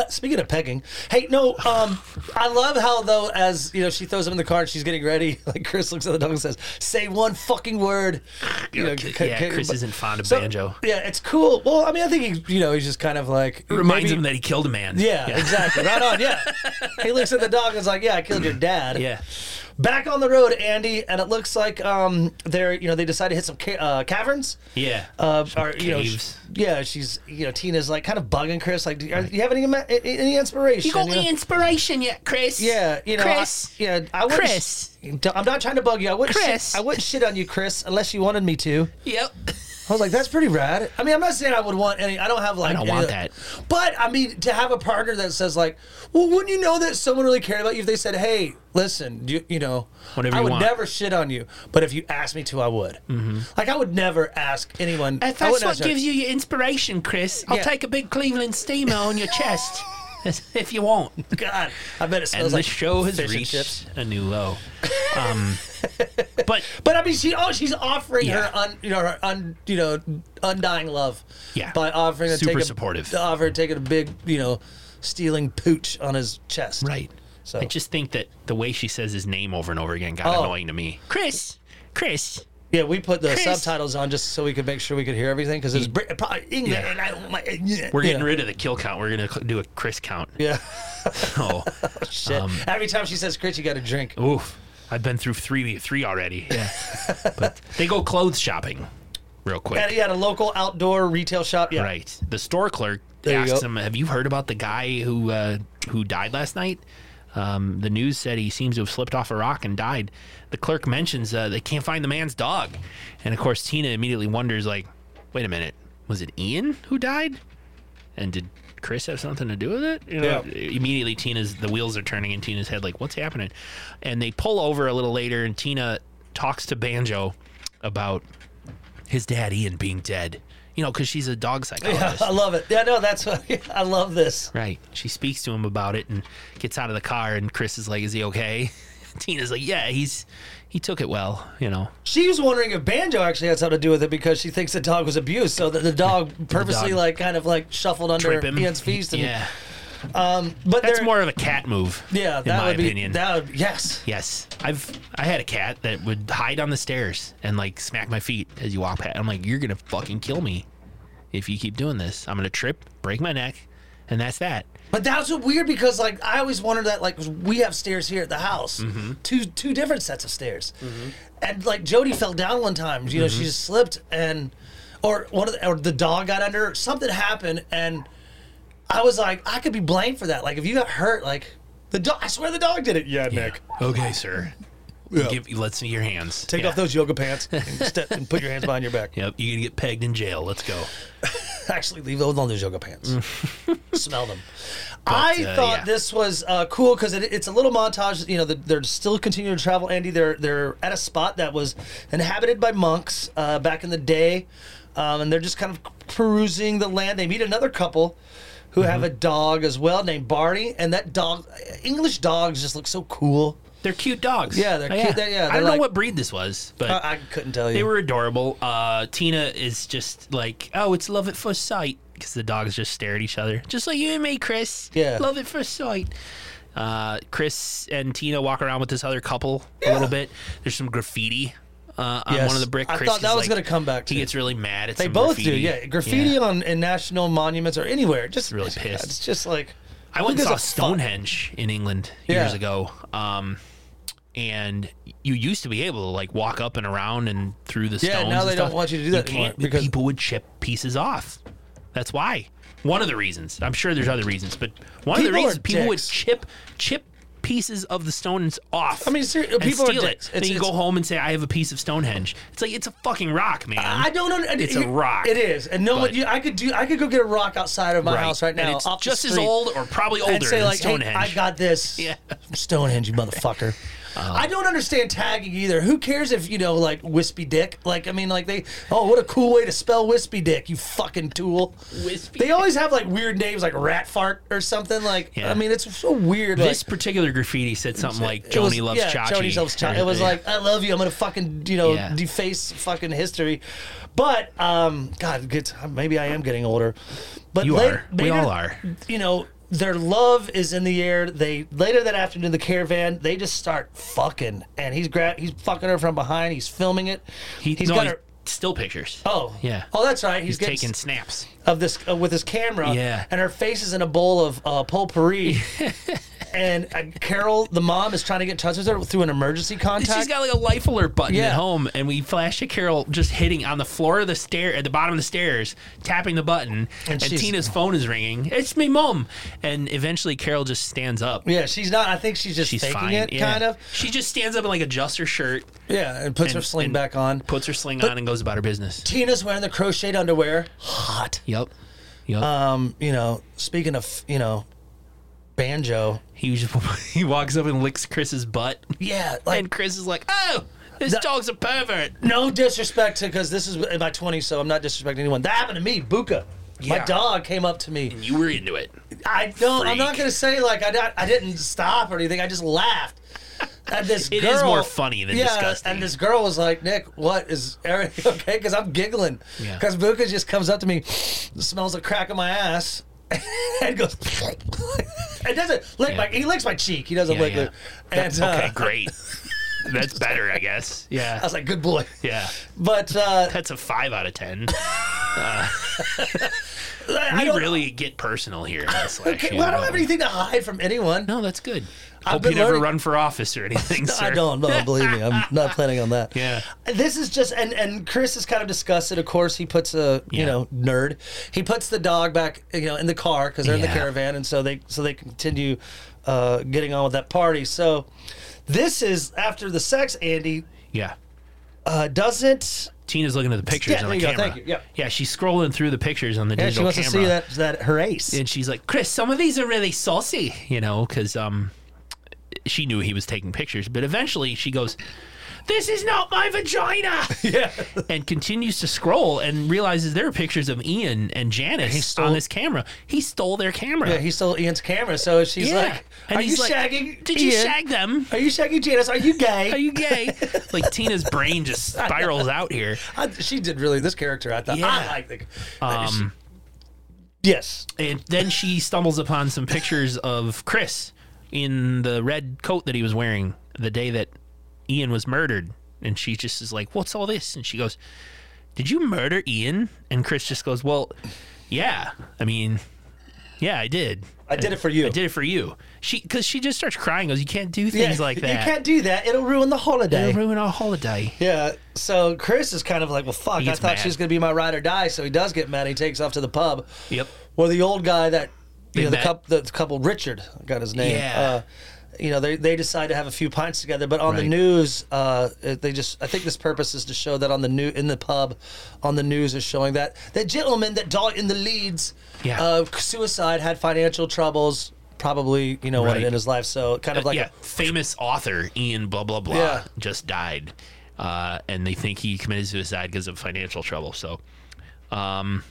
A: Speaking of pegging, hey, no, um, I love how though as you know she throws him in the car and she's getting ready, [laughs] like Chris looks at the dog and says, "Say one fucking word." You know, c-
B: yeah,
A: c-
B: Chris isn't fond of
A: So,
B: Banjo.
A: Yeah, it's cool. Well, I mean, I think he, you know, he's just kind of like
B: It reminds
A: maybe-
B: him that he killed a man. [laughs]
A: Yeah, exactly. Right on. Yeah. he looks at the dog and is like, "Yeah, I killed your dad."
B: yeah.
A: back on the road, Andy, and it looks like um, they're you know they decided to hit some ca- uh, caverns.
B: Yeah.
A: Uh, or, you know,
B: caves.
A: sh- yeah, she's you know Tina's like kind of bugging Chris, like, do you, are, do you have any ima- a- a- any inspiration?
B: you got
A: You know?
B: any inspiration yet, Chris?
A: Yeah, you know,
B: Chris.
A: I, yeah, I wouldn't
B: Chris.
A: sh- I'm not trying to bug you. I wouldn't.
B: Chris.
A: Shit, I wouldn't shit on you, Chris, unless you wanted me to. [laughs]
B: yep.
A: I was like, that's pretty rad. I mean, I'm not saying I would want any. I don't have like.
B: don't
A: any
B: want
A: of-
B: that.
A: But I mean, to have a partner that says like, well, wouldn't you know that someone really cared about you if they said, hey, listen, you you know,
B: Whatever
A: I
B: you
A: would
B: want. Mm-hmm.
A: never shit on you, but if you asked me to, I would. Like I would never ask anyone.
B: If
A: I
B: that's
A: wouldn't
B: what
A: ask her-
B: gives you your inspiration, Chris, I'll
A: Yeah.
B: take a big Cleveland steamer on your chest [laughs] if you want.
A: [laughs] God, I bet it smells
B: And
A: like
B: the show has
A: fish and
B: reached
A: chips.
B: a new low. Um, [laughs] but
A: But I mean, she oh, she's offering
B: Yeah.
A: her un, you know her un, you know undying love.
B: Yeah.
A: By offering to
B: Super
A: take a,
B: supportive.
A: To offer taking a big you know stealing pooch on his chest.
B: right,
A: So
B: I just think that the way she says his name over and over again got
A: Oh.
B: annoying to me. Chris, Chris.
A: yeah, we put the
B: Chris.
A: subtitles on just so we could make sure we could hear everything because it's Brit- probably English
B: Yeah.
A: and I don't like yeah,
B: We're
A: you
B: getting
A: know.
B: rid of the kill count. We're gonna cl- do a Chris count.
A: Yeah.
B: [laughs]
A: [laughs]
B: Oh,
A: Shit. Every time she says Chris, you got to drink.
B: oof! I've been through three three already. Yeah, but they go clothes shopping real quick.
A: And he had a local outdoor retail shop. Yeah.
B: Right. The store clerk
A: There you
B: asks
A: go.
B: him, "Have you heard about the guy who uh, who died last night?" Um, the news said he seems to have slipped off a rock and died. The clerk mentions uh, they can't find the man's dog, and of course Tina immediately wonders, like, "Wait a minute, was it Ian who died? And did Chris have something to do with it?" You know,
A: Yeah.
B: Immediately, Tina's the wheels are turning in Tina's head, like, "What's happening?" And they pull over a little later, and Tina talks to Banjo about his dad Ian being dead. You know, because she's a dog
A: Yeah,
B: psychologist.
A: I love it. Yeah, no, that's what [laughs] I love this.
B: Right. She speaks to him about it and gets out of the car, and Chris is like, "Is he okay?" [laughs] Tina's like, "Yeah, he's he took it well, you know."
A: She was wondering if Banjo actually had something to do with it because she thinks the dog was abused, so that the
B: [laughs]
A: dog purposely
B: dog-
A: like kind of like shuffled under
B: Trip him.
A: Ian's feast. And,
B: [laughs] yeah,
A: but
B: that's
A: there-
B: more of a cat move.
A: Yeah,
B: in
A: that
B: my
A: would be
B: opinion.
A: that would yes.
B: yes, I've I had a cat that would hide on the stairs and like smack my feet as you walk past. I'm like, "You're gonna fucking kill me if you keep doing this. I'm gonna trip, break my neck, and that's that."
A: But that's what weird because like I always wondered that like 'cause we have stairs here at the house, two two different sets of stairs, and like Jody fell down one time. You know, she just slipped and or one of the, or the dog got under. her, Something happened and I was like, I could be blamed for that. Like if you got hurt, like the dog. I swear the dog did it. Yeah, Nick.
B: Okay, sir.
A: Yeah.
B: Give, let's see your hands.
A: Take
B: Yeah.
A: off those yoga pants and, step, and put your hands behind your back.
B: Yep, you're gonna get pegged in jail. Let's go.
A: Actually, leave those on those yoga
B: [laughs]
A: pants. Smell them. I
B: uh,
A: thought
B: yeah.
A: this was uh, cool because it, it's a little montage. You know, the, they're still continuing to travel. Andy, they're they're at a spot that was inhabited by monks uh, back in the day, um, and they're just kind of perusing the land. They meet another couple who
B: Mm-hmm.
A: have a dog as well named Barney, and that dog, English dogs, just look so cool.
B: They're cute dogs. Oh,
A: Yeah, they're cute. They- yeah, they're
B: I don't
A: like- Uh,
B: know what breed this was, but
A: I, I couldn't tell you.
B: they were adorable. Uh, Tina is just like, oh, it's love at first sight because the dogs just stare at each other, just like you and me, Chris.
A: Yeah.
B: love at first sight. Uh, Chris and Tina walk around with this other couple a little bit. There's some graffiti uh, on
A: Yes.
B: one of the brick.
A: I
B: Chris
A: thought that
B: is
A: was
B: like-
A: gonna come back,
B: He
A: too.
B: gets really mad at
A: They
B: some
A: both
B: graffiti.
A: do, yeah. Graffiti
B: Yeah.
A: on in national monuments or anywhere, just
B: Really pissed.
A: It's just like
B: I went
A: who
B: and saw
A: gives a fuck?
B: Stonehenge in England
A: Yeah.
B: years ago. Um, and you used to be able to like walk up and around and through the
A: Yeah,
B: stones.
A: now
B: and
A: they don't
B: stuff.
A: want you to do that anymore
B: can't
A: because-
B: people would chip pieces off. That's why. One of the reasons. I'm sure there's other reasons, but one of the
A: People are
B: reasons people would
A: dicks.
B: chip chip pieces of the stones off.
A: I mean, ser-
B: and
A: people are
B: steal
A: dicks.
B: it. Then
A: It's-
B: you
A: it's-
B: go home and say, "I have a piece of Stonehenge." It's like it's a fucking rock, man.
A: I don't know.
B: It's a rock.
A: It is, and no one.
B: But-
A: You, I could do. I could go get a rock outside of my house right now,
B: and it's
A: off the
B: just as
A: street,
B: old or probably older
A: and say
B: than
A: like, "Hey,
B: Stonehenge.
A: I got this."
B: [laughs] Yeah. Uh-huh.
A: Stonehenge, you
B: [laughs]
A: motherfucker. I don't understand tagging either. Who cares if you know, like wispy dick? Like, I mean, like they. Oh, what a cool way to spell wispy dick, you fucking tool.
B: Wispy
A: They always have like weird names, like rat fart or something. Like,
B: Yeah.
A: I mean, it's so weird. like-
B: this particular graffiti said something like
A: It was-
B: Joni loves
A: yeah,
B: Chachi.
A: Joni loves Chachi. It was
B: Yeah.
A: like, I love you. I'm gonna fucking you know
B: Yeah.
A: deface fucking history. But um, God, good, maybe I am getting older. But
B: You
A: lat-
B: are. We all are.
A: You know, their love is in the air. They later that afternoon, the caravan. They just start fucking, and he's grab he's fucking her from behind. He's filming it.
B: he,
A: has
B: no,
A: got
B: he's
A: her.
B: still pictures.
A: Oh
B: Yeah.
A: Oh, that's right. He's,
B: he's
A: getting
B: taking snaps.
A: of this uh, with his camera.
B: Yeah. [laughs]
A: And her face is in a bowl of uh, potpourri. and uh, Carol, the mom, is trying to get in touch with her through an emergency contact.
B: She's got like a life alert button
A: Yeah.
B: at home, and we flash to Carol just hitting on the floor of the stair at the bottom of the stairs, tapping the button, and,
A: she's-
B: Tina's phone is ringing. It's me, mom, and eventually Carol just stands up.
A: yeah, she's not. I think she's just
B: She's
A: faking
B: fine,
A: it,
B: yeah.
A: kind of.
B: She just stands up and like adjusts her shirt,
A: Yeah, and puts her
B: And-
A: sling
B: and-
A: back on.
B: puts her sling on, and goes about her business.
A: Tina's wearing the crocheted underwear. Hot.
B: Yep, yep.
A: Um, you know, speaking of, you know, banjo.
B: he was just, [laughs] he walks up and licks Chris's butt,
A: Yeah, like
B: and Chris is like, "Oh, this
A: The-
B: dog's a pervert."
A: no disrespect to because this is in my 20s, so I'm not disrespecting anyone. That happened to me, Buka. My
B: Yeah.
A: dog came up to me.
B: You were into it.
A: I no, I'm not
B: Freak.
A: gonna say like I, not- I didn't stop or anything. I just laughed. And this
B: [laughs] It
A: girl,
B: is more funny than disgusting.
A: And this girl was like, "Nick, what is everything [laughs] okay?" Because I'm giggling.
B: Yeah.
A: Because Buka just comes up to me, smells a crack in my ass, [laughs] and goes. [laughs] it doesn't lick
B: Yeah.
A: my. He licks my cheek. He doesn't
B: Yeah,
A: lick
B: yeah.
A: it. And uh,
B: Okay, great. That's better, I guess.
A: I
B: Yeah.
A: was like, "Good boy." [laughs]
B: Yeah.
A: But uh,
B: That's a five out
A: [laughs]
B: of 10.
A: I
B: We
A: don't.
B: really get personal here. in this
A: okay,
B: selection.
A: well, I don't have anything to hide from anyone.
B: No, that's good.
A: I've
B: Hope
A: been
B: you never
A: learning-
B: run for office or anything,
A: [laughs]
B: sir.
A: I don't. No, believe me, I'm not planning on that.
B: Yeah.
A: This is just and and Chris has kind of discussed it. Of course, he puts a you
B: Yeah.
A: know nerd. He puts the dog back you know in the car because they're in the
B: Yeah.
A: caravan, and so they so they continue uh, getting on with that party. So this is after the sex. Andy
B: Yeah.
A: uh, doesn't.
B: Tina's looking at the pictures
A: Yeah,
B: on
A: there you
B: the
A: go.
B: camera.
A: Thank you. Yeah.
B: yeah, she's scrolling through the pictures on the
A: Yeah, she
B: digital
A: wants
B: camera.
A: to see that that her ace.
B: And she's like, Chris, some of these are really saucy, you know, because um, she knew he was taking pictures. But eventually she goes, This is not my vagina.
A: [laughs] [laughs] yeah.
B: and continues to scroll and realizes there are pictures of Ian and Janice
A: stole-
B: on his camera. He stole their camera.
A: yeah. He stole Ian's camera, so she's
B: Yeah.
A: like,
B: And
A: "Are
B: he's
A: you
B: like,
A: shagging?
B: Did you
A: Ian?
B: shag them?
A: Are you shagging Janice? Are you gay?"
B: Are
A: [laughs]
B: you gay? like Tina's brain just spirals out here.
A: I, she did really this character. I thought I
B: Yeah.
A: like the.
B: Um,
A: yes.
B: and then she stumbles upon some pictures of Chris in the red coat that he was wearing the day that Ian was murdered. And she just is like, What's all this? And she goes, Did you murder Ian? And Chris just goes, Well, yeah. I mean, yeah, I did.
A: I did it for you.
B: I did it for you. She because she just starts crying. Goes, you can't do things like that.
A: You can't do that. It'll ruin the holiday.
B: It'll ruin our holiday.
A: yeah. So Chris is kind of like, well, fuck. I
B: gets
A: thought
B: mad.
A: she was gonna be my ride or die. So he does get mad. He takes off to the pub.
B: Yep.
A: Where the old guy that you
B: They
A: know the
B: met.
A: couple, the couple Richard I got his name.
B: Yeah.
A: Uh, you know they, they decide to have a few pints together, but on the
B: Right.
A: news, uh, they just I think this purpose is to show that on the new in the pub, on the news is showing that that gentleman that died in the leads,
B: Yeah.
A: uh, suicide had financial troubles, probably you know wanted
B: Right.
A: in his life, so kind of like
B: yeah,
A: a
B: famous author Ian blah blah blah
A: Yeah.
B: just died, uh, and they think he committed suicide because of financial trouble. So, um,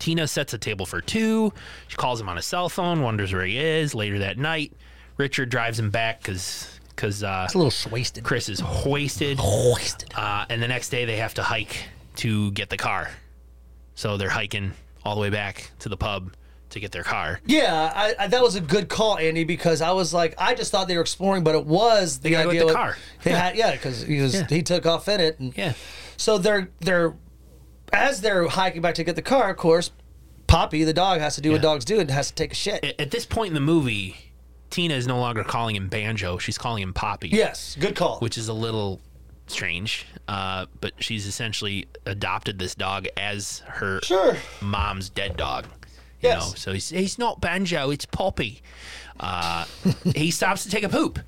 B: Tina sets a table for two. She calls him on his cell phone, wonders where he is. Later that night, Richard drives him back because because uh,
A: a little wasted.
B: Chris is hoisted.
A: Wasted.
B: Uh, and the next day they have to hike to get the car. So they're hiking all the way back to the pub to get their car.
A: Yeah, I, I, that was a good call, Andy, because I was like, I just thought they were exploring, but it was the
B: gotta go
A: idea
B: with the
A: with-
B: car.
A: They had, yeah, because he was
B: Yeah.
A: he took off in it, and
B: Yeah.
A: so they're they're as they're hiking back to get the car. Of course, Poppy the dog has to do what dogs do and has to take a shit.
B: At this point in the movie, Tina is no longer calling him Banjo. She's calling him Poppy.
A: yes, good call.
B: Which is a little strange. Uh, but she's essentially adopted this dog as her
A: Sure.
B: mom's dead dog. You
A: Yes.
B: know, so he's, he's not Banjo, it's Poppy. Uh, he stops to take a poop.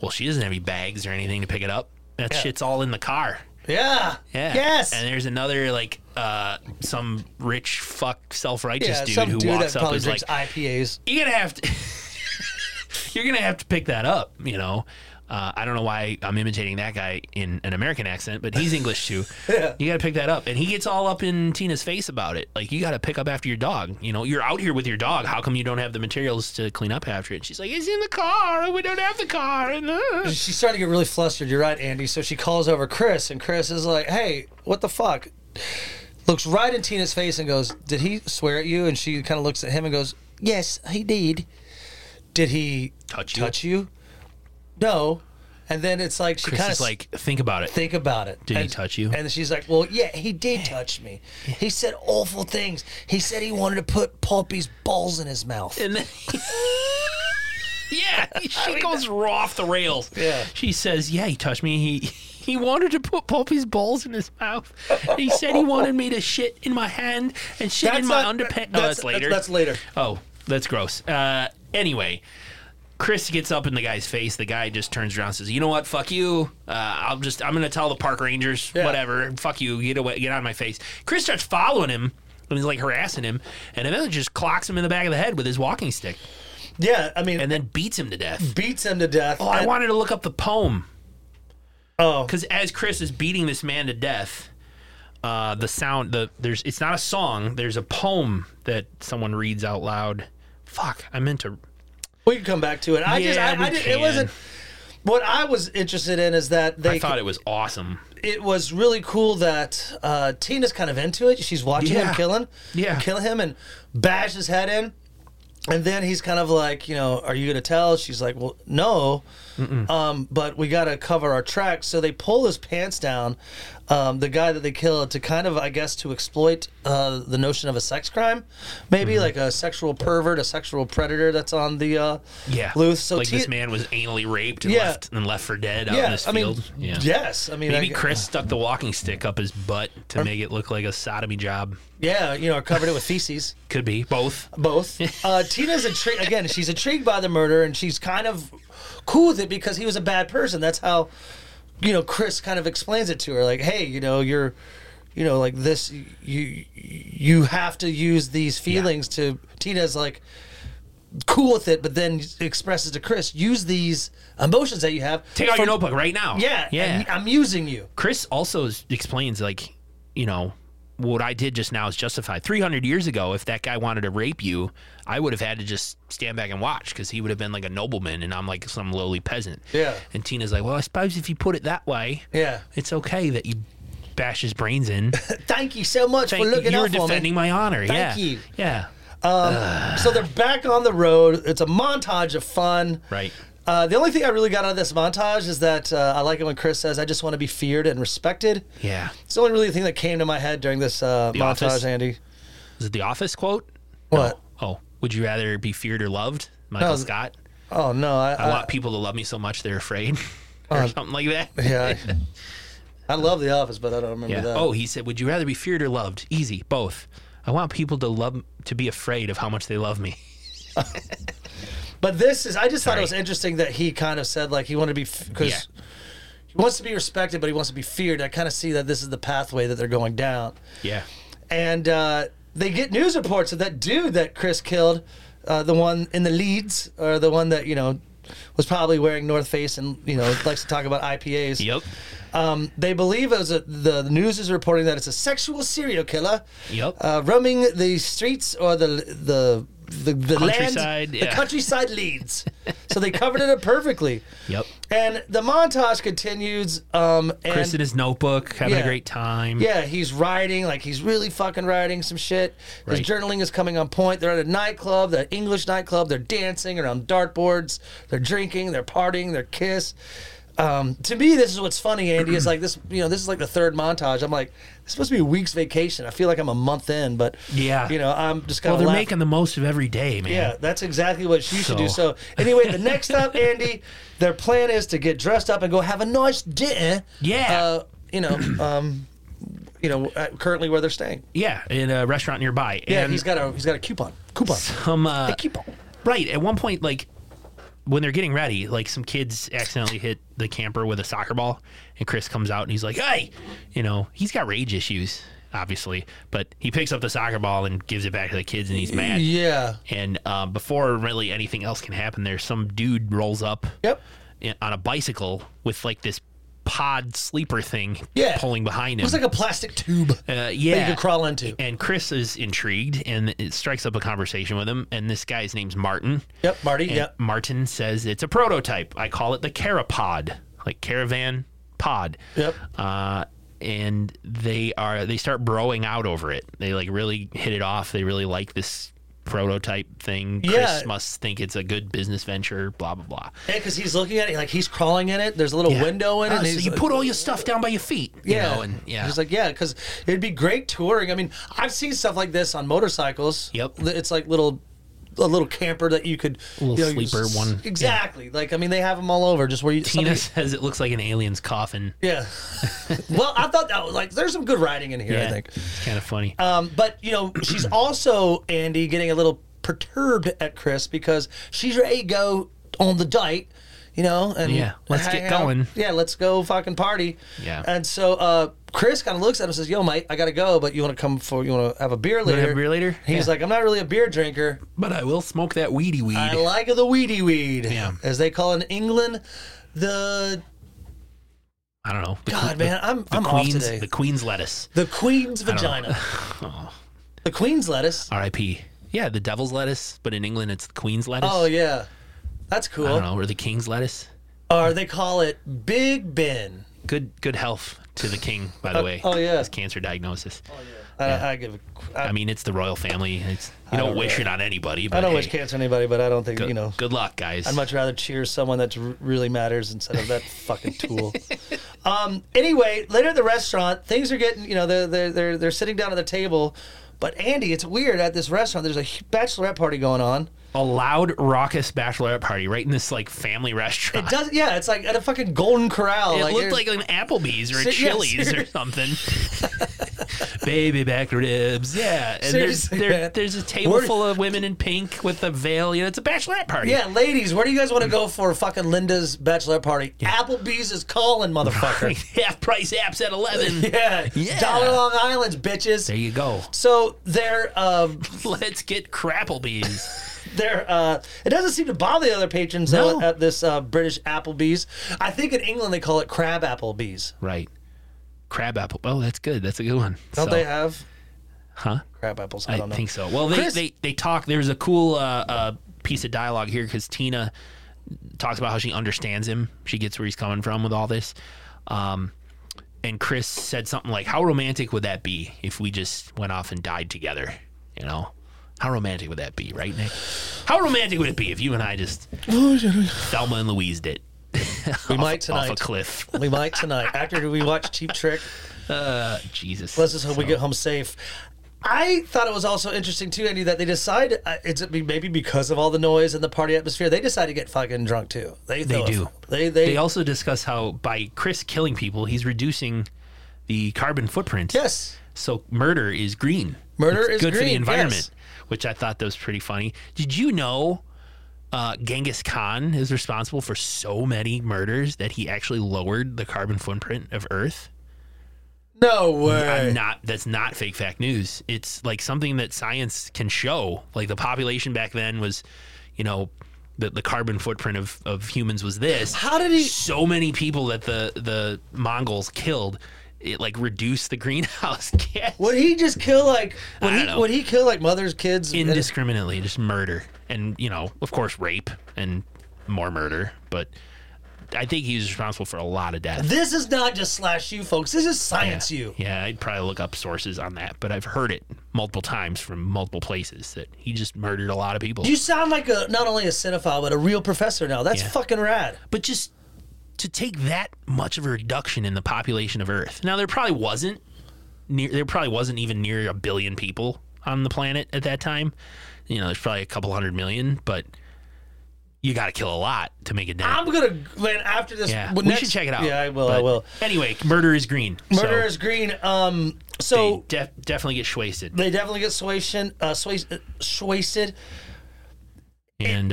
B: Well, she doesn't have any bags or anything to pick it up. That shit's all in the car.
A: yeah.
B: Yeah.
A: Yes.
B: And there's another like uh some rich fuck self righteous
A: yeah,
B: dude
A: some
B: who
A: dude
B: walks
A: that
B: up and
A: probably
B: is like,
A: drinks IPAs.
B: You're gonna have to [laughs] You're gonna have to pick that up, you know. Uh, I don't know why I'm imitating that guy in an American accent, but he's
A: [laughs]
B: English too. You got to pick that up, and he gets all up in Tina's face about it. Like, you got to pick up after your dog. You know, you're out here with your dog. How come you don't have the materials to clean up after it? And she's like, "It's in the car. and We don't have the car." And uh.
A: She's starting to get really flustered. You're right, Andy. So she calls over Chris, and Chris is like, "Hey, what the fuck?" Looks right in Tina's face and goes, "Did he swear at you?" And she kind of looks at him and goes, "Yes, he did." Did he
B: Touch you?
A: Touch you? No. And then it's like she
B: Chris
A: kind
B: is
A: of like,
B: like, "Think about it."
A: think about it.
B: Did he
A: And-
B: touch you?
A: And she's like, "Well, yeah, he did touch me. He said awful
B: [laughs]
A: things. He said he wanted to put Poppy's balls in his mouth."
B: and then
A: [laughs]
B: yeah, she goes raw off the rails.
A: Yeah.
B: She says, "Yeah, he touched me. He he wanted to put Poppy's balls in his mouth. He said he wanted me to shit in my hand and shit in my underpants." No, that's later.
A: That's, later.
B: oh, that's gross. Uh, anyway, Chris gets up in the guy's face. The guy just turns around, and says, "You know what? Fuck you. Uh, I'll just I'm gonna tell the park rangers.
A: Yeah.
B: Whatever. Fuck you. Get away. Get out of my face." Chris starts following him. And he's like harassing him, and eventually just clocks him in the back of the head with his walking stick,
A: Yeah, I mean,
B: and then beats him to death.
A: beats him to death.
B: Oh, I
A: And-
B: wanted to look up the poem
A: oh,
B: because as Chris is beating this man to death, uh, the sound the there's it's not a song. There's a poem that someone reads out loud. Fuck, I meant to.
A: we can come back to it. I just,
B: Yeah,
A: I,
B: we
A: I did,
B: can.
A: it wasn't. What I was interested in is that they
B: I thought it was awesome.
A: it was really cool that uh, Tina's kind of into it. She's watching
B: Yeah.
A: him killing,
B: Yeah.
A: kill him and bash his head in. And then he's kind of like, you know, are you going to tell? She's like, well, no, um, but we got to cover our tracks. So they pull his pants down, um, the guy that they killed, to kind of, I guess, to exploit uh, the notion of a sex crime, maybe
B: Mm-hmm.
A: like a sexual pervert, a sexual predator that's on the uh,
B: Yeah,
A: loose. So
B: like
A: Ti-
B: this man was anally raped and
A: Yeah.
B: left and left for dead out in
A: yeah,
B: this
A: I mean,
B: field. yeah.
A: yes, I mean,
B: Maybe
A: I-
B: Chris stuck the walking stick up his butt to make it look like a sodomy job.
A: yeah, you know, covered it with feces.
B: Could be both. [laughs]
A: both. Uh, Tina's intrigued again. She's intrigued by the murder, and she's kind of cool with it because he was a bad person. That's how you know Chris kind of explains it to her, like, "Hey, you know, you're, you know, like this. You you have to use these feelings to." Tina's like cool with it, but then expresses to Chris, "Use these emotions that you have.
B: Take out
A: for-
B: your notebook right now.
A: Yeah,
B: yeah.
A: yeah. I'm using you.
B: Chris also s- explains like, you know, what I did just now is justified. 300 years ago, if that guy wanted to rape you, I would have had to just stand back and watch because he would have been like a nobleman and I'm like some lowly peasant.
A: Yeah.
B: And Tina's like, well, I suppose if you put it that way,
A: Yeah.
B: it's okay that you bash his
A: [laughs]
B: brains in.
A: Thank you so much
B: Thank
A: for looking
B: you were
A: out for me.
B: defending my honor. yeah.
A: Thank you.
B: Yeah.
A: So they're back on the road. It's a montage of fun.
B: Right.
A: Uh, the only thing I really got out of this montage is that uh, I like it when Chris says, "I just want to be feared and respected."
B: Yeah.
A: It's the only really thing that came to my head during this uh, montage,
B: Office?
A: Andy.
B: Is it the office quote?
A: What?
B: Oh, would you rather be feared or loved? Michael
A: No.
B: Scott.
A: Oh no, I,
B: I
A: I-
B: want people to love me so much they're afraid [laughs] or
A: uh,
B: something
A: [laughs]
B: like that. [laughs]
A: yeah. I- I love The Office, but I don't remember
B: Yeah.
A: that.
B: Oh, he said, "Would you rather be feared or loved?" Easy, both. I want people to love to be afraid of how much they love me. [laughs]
A: But this is—I just thought it was
B: Sorry.
A: interesting that he kind of said like he wanted to be because
B: Yeah.
A: he wants to be respected, but he wants to be feared. I kind of see that this is the pathway that they're going down.
B: Yeah.
A: and uh, they get news reports of that dude that Chris killed, uh, the one in the leads, or the one that you know was probably wearing North Face and you know likes to talk about IPAs.
B: Yep.
A: Um, they believe it was a, the news is reporting that it's a sexual serial killer.
B: Yep.
A: Uh, roaming the streets or the the the, the
B: Countryside,
A: land,
B: yeah.
A: the countryside leads.
B: [laughs]
A: so they covered it up perfectly.
B: Yep.
A: And the montage continues. Um, and
B: Chris in his notebook, having a
A: Yeah.
B: great time.
A: yeah, he's writing, like he's really fucking writing some shit. His
B: Right.
A: journaling is coming on point. They're at a nightclub, the English nightclub. They're dancing around dartboards. They're drinking. They're partying. They're kiss. Um, to me, this is what's funny, Andy. Is like this. You know, this is like the third montage. I'm like, it's supposed to be a week's vacation. I feel like I'm a month in, but
B: Yeah.
A: you know, I'm just kind
B: Well,
A: of
B: they're
A: laughing.
B: making the most of every day, man.
A: Yeah, that's exactly what she should do.
B: So-
A: So anyway, the next up, Andy, their plan is to get dressed up and go have a nice dinner.
B: Yeah.
A: Uh, you know, um, you know, uh, currently where they're staying.
B: Yeah, in a restaurant nearby.
A: Yeah,
B: and
A: he's got a he's got a coupon. Coupon.
B: some uh,
A: A coupon.
B: Right. At one point, like when they're getting ready, like some kids accidentally hit the camper with a soccer ball, and Chris comes out and he's like, "Hey," you know, he's got rage issues, obviously, but he picks up the soccer ball and gives it back to the kids, and he's mad.
A: Yeah.
B: And um, before really anything else can happen, there's some dude rolls up
A: Yep.
B: in- on a bicycle with like this pod sleeper thing
A: Yeah.
B: pulling behind him.
A: It's like a plastic tube
B: uh,
A: that
B: yeah,
A: you could crawl into.
B: and Chris is intrigued and it strikes up a conversation with him. And this guy's name's Martin.
A: Yep, Marty.
B: And
A: Yep.
B: Martin says it's a prototype. I call it the Carapod, like caravan pod.
A: Yep.
B: Uh, and they are they start broing out over it. They like really hit it off. They really like this prototype thing.
A: Yeah.
B: Chris must think it's a good business venture. Blah blah blah.
A: Because he's looking at it, like he's crawling in it. There's a little window in it.
B: Oh,
A: and
B: so
A: he's
B: you
A: like-
B: put all your stuff down by your feet. you
A: Yeah,
B: know, and yeah,
A: He's like, yeah, because it'd be great touring. I mean, I've seen stuff like this on motorcycles.
B: Yep.
A: It's like little a little camper that you could
B: A little
A: you you
B: sleeper
A: s-
B: one.
A: Exactly. Like I mean, they have them all over. Just where you.
B: Tina
A: somebody-
B: says it looks like an alien's coffin.
A: yeah. [laughs] well, I thought that was like there's some good writing in here. I think.
B: it's kind of funny.
A: Um, but you know, [clears throat] she's also Andy getting a little perturbed at Chris because she's ready to go on the date, you know, and
B: Yeah, let's
A: hang
B: get
A: out.
B: going.
A: Yeah, let's go fucking party.
B: Yeah.
A: And so uh, Chris kind of looks at him and says, "Yo, mate, I gotta go, but you want to come for you want to have a beer later?
B: have a beer later?
A: He's
B: Yeah.
A: like, "I'm not really a beer drinker.
B: but I will smoke that weedy weed.
A: I like the weedy weed,
B: Yeah.
A: as they call in England, the."
B: I don't know. The,
A: God,
B: the-
A: man, I'm,
B: the
A: I'm
B: queen's,
A: off today.
B: The queen's lettuce.
A: The queen's
B: [laughs]
A: vagina.
B: Oh.
A: The queen's lettuce.
B: R.I.P. Yeah, the devil's lettuce, but in England it's the queen's lettuce.
A: Oh yeah, that's cool.
B: I don't know, or the king's lettuce.
A: Or they call it Big Ben.
B: Good, good health to the king, by the way.
A: oh, yeah.
B: his cancer diagnosis.
A: I, I give. A, I,
B: I mean, it's the royal family. It's you don't,
A: don't
B: wish
A: really-
B: it on anybody. But
A: I don't wish
B: hey,
A: cancer on anybody, but I don't think you know.
B: Good luck, guys.
A: I'd much rather cheer someone that r- really matters instead
B: [laughs]
A: of that fucking tool. um, anyway, later at the restaurant, things are getting. You know, they're they're they're, they're sitting down at the table. But Andy, it's weird at this restaurant. There's a hu- bachelorette party going on.
B: a loud, raucous bachelorette party right in this like family restaurant.
A: It does, yeah, it's like at a fucking Golden Corral.
B: It looked
A: there's-
B: like an Applebee's or a
A: Se- yeah,
B: Chili's
A: seriously.
B: or something.
A: [laughs]
B: Baby back ribs, yeah. And there's
A: Seriously,
B: there,
A: man.
B: there's a table
A: We're-
B: full of women in pink with a veil. You know, it's a bachelorette party.
A: Yeah, ladies, where do you guys want to go for fucking Linda's bachelorette party? Applebee's is calling, motherfucker.
B: [laughs] half price apps at eleven.
A: Yeah.
B: Yeah.
A: Dollar Long Island's bitches.
B: [laughs] There you go.
A: So they're uh,
B: [laughs] Let's get crapplebees.
A: they're uh, it doesn't seem to bother the other patrons though
B: No.
A: at this uh, British Applebee's. I think in England they call it crab Applebee's.
B: right. Crab apple. Oh, that's good. That's a good one.
A: Don't
B: So-
A: they have
B: Huh?
A: crab apples? I,
B: I
A: don't know.
B: think so. Well, they,
A: Chris-
B: they, they talk. There's a cool uh, uh, piece of dialogue here because Tina talks about how she understands him. She gets where he's coming from with all this. Um, and Chris said something like, How romantic would that be if we just went off and died together? You know? How romantic would that be, right, Nick? How romantic would it be if you and I just Thelma and Louise did? [laughs]
A: We might
B: Off a
A: tonight.
B: cliff.
A: we might
B: [laughs]
A: tonight after we watch Cheap Trick.
B: Jesus.
A: Let's just hope we get home safe. I thought it was also interesting too, Andy, that they decide uh, it's be- maybe because of all the noise and the party atmosphere, they decide to get fucking drunk too. They
B: They
A: throw a-
B: do.
A: They they,
B: They also discuss how by Chris killing people, he's reducing the carbon footprint.
A: yes.
B: So murder is green.
A: Murder
B: It's
A: is
B: good for the
A: green,
B: environment, which I thought that was pretty funny. Did you know uh, Genghis Khan is responsible for so many murders that he actually lowered the carbon footprint of Earth?
A: No way.
B: I'm not. That's not fake fact news. It's like something that science can show. Like the population back then was, you know, the, the carbon footprint of, of humans was this.
A: How did he?
B: so many people that the the Mongols killed, it like reduced the greenhouse [laughs] gas
A: Would he just kill like? Would
B: I
A: he?
B: don't know.
A: Would he kill like mothers, kids? and-
B: indiscriminately, just murder, and you know, of course, rape and more murder. But I think he was responsible for a lot of death.
A: this is not just slash you, folks. This is science you.
B: Yeah, I'd probably look up sources on that, but I've heard it multiple times from multiple places that he just murdered a lot of people.
A: You sound like a not only a cinephile but a real professor now. That's
B: Yeah.
A: fucking rad.
B: but just to take that much of a reduction in the population of Earth. Now there probably wasn't near there probably wasn't even near a billion people on the planet at that time. You know, there's probably a couple hundred million, but you got to kill a lot to make it down.
A: I'm gonna man after this.
B: yeah,
A: well,
B: we
A: next-
B: should check it out.
A: Yeah, I will. I
B: But
A: will.
B: Anyway, murder is green.
A: Murder
B: so
A: is green. Um,
B: They
A: so
B: def- definitely get schwasted.
A: they, definitely get swation, uh, sway- uh, swasted.
B: And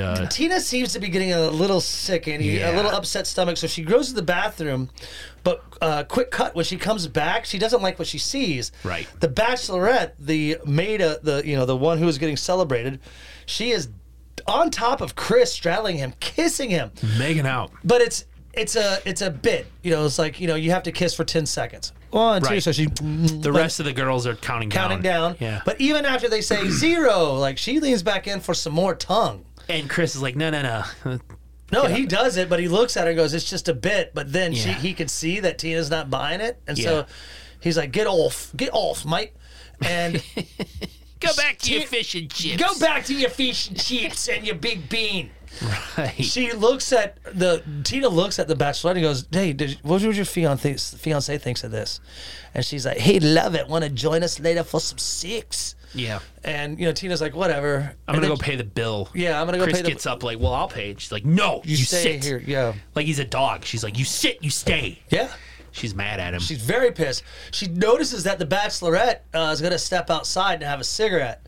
A: [laughs]
B: uh,
A: Tina seems to be getting a little sick and he- a
B: Yeah.
A: little upset stomach, so she goes to the bathroom. But uh, quick cut when she comes back, she doesn't like what she sees.
B: Right.
A: The bachelorette, the maid, uh, the you know the one who is getting celebrated, she is on top of Chris, straddling him, kissing him.
B: Megan out.
A: But it's it's a it's a bit, you know. It's like you know you have to kiss for ten seconds. One, two.
B: Right.
A: So she
B: The rest of the girls are counting down.
A: counting down.
B: Yeah.
A: But even after they say zero, like she leans back in for some more tongue.
B: and Chris is like, no, no, no.
A: No, he does it, but he looks at her and goes, "It's just a bit." But then she,
B: Yeah.
A: he can see that Tina's not buying it, and
B: Yeah.
A: so he's like, "Get off, get off, mate."
B: [laughs]
A: And
B: Go back to your fish and chips.
A: go
B: [laughs]
A: back to your fish and chips and your big bean.
B: Right.
A: She looks at the Tina looks at the bachelorette and goes, "Hey, did, what would your fiance fiance thinks of this?" And she's like, "Hey, love it. Want to join us later for some sex?"
B: Yeah.
A: And you know, Tina's like, whatever.
B: I'm gonna go pay the bill.
A: Yeah, I'm gonna go
B: Chris
A: pay the.
B: gets up like, well, I'll pay. She's like, no, you,
A: stay
B: sit
A: here. Yeah.
B: Like he's a dog. She's like, you sit, you stay.
A: Yeah.
B: She's mad at him.
A: She's very pissed. She notices that the bachelorette uh, is gonna step outside and have a cigarette.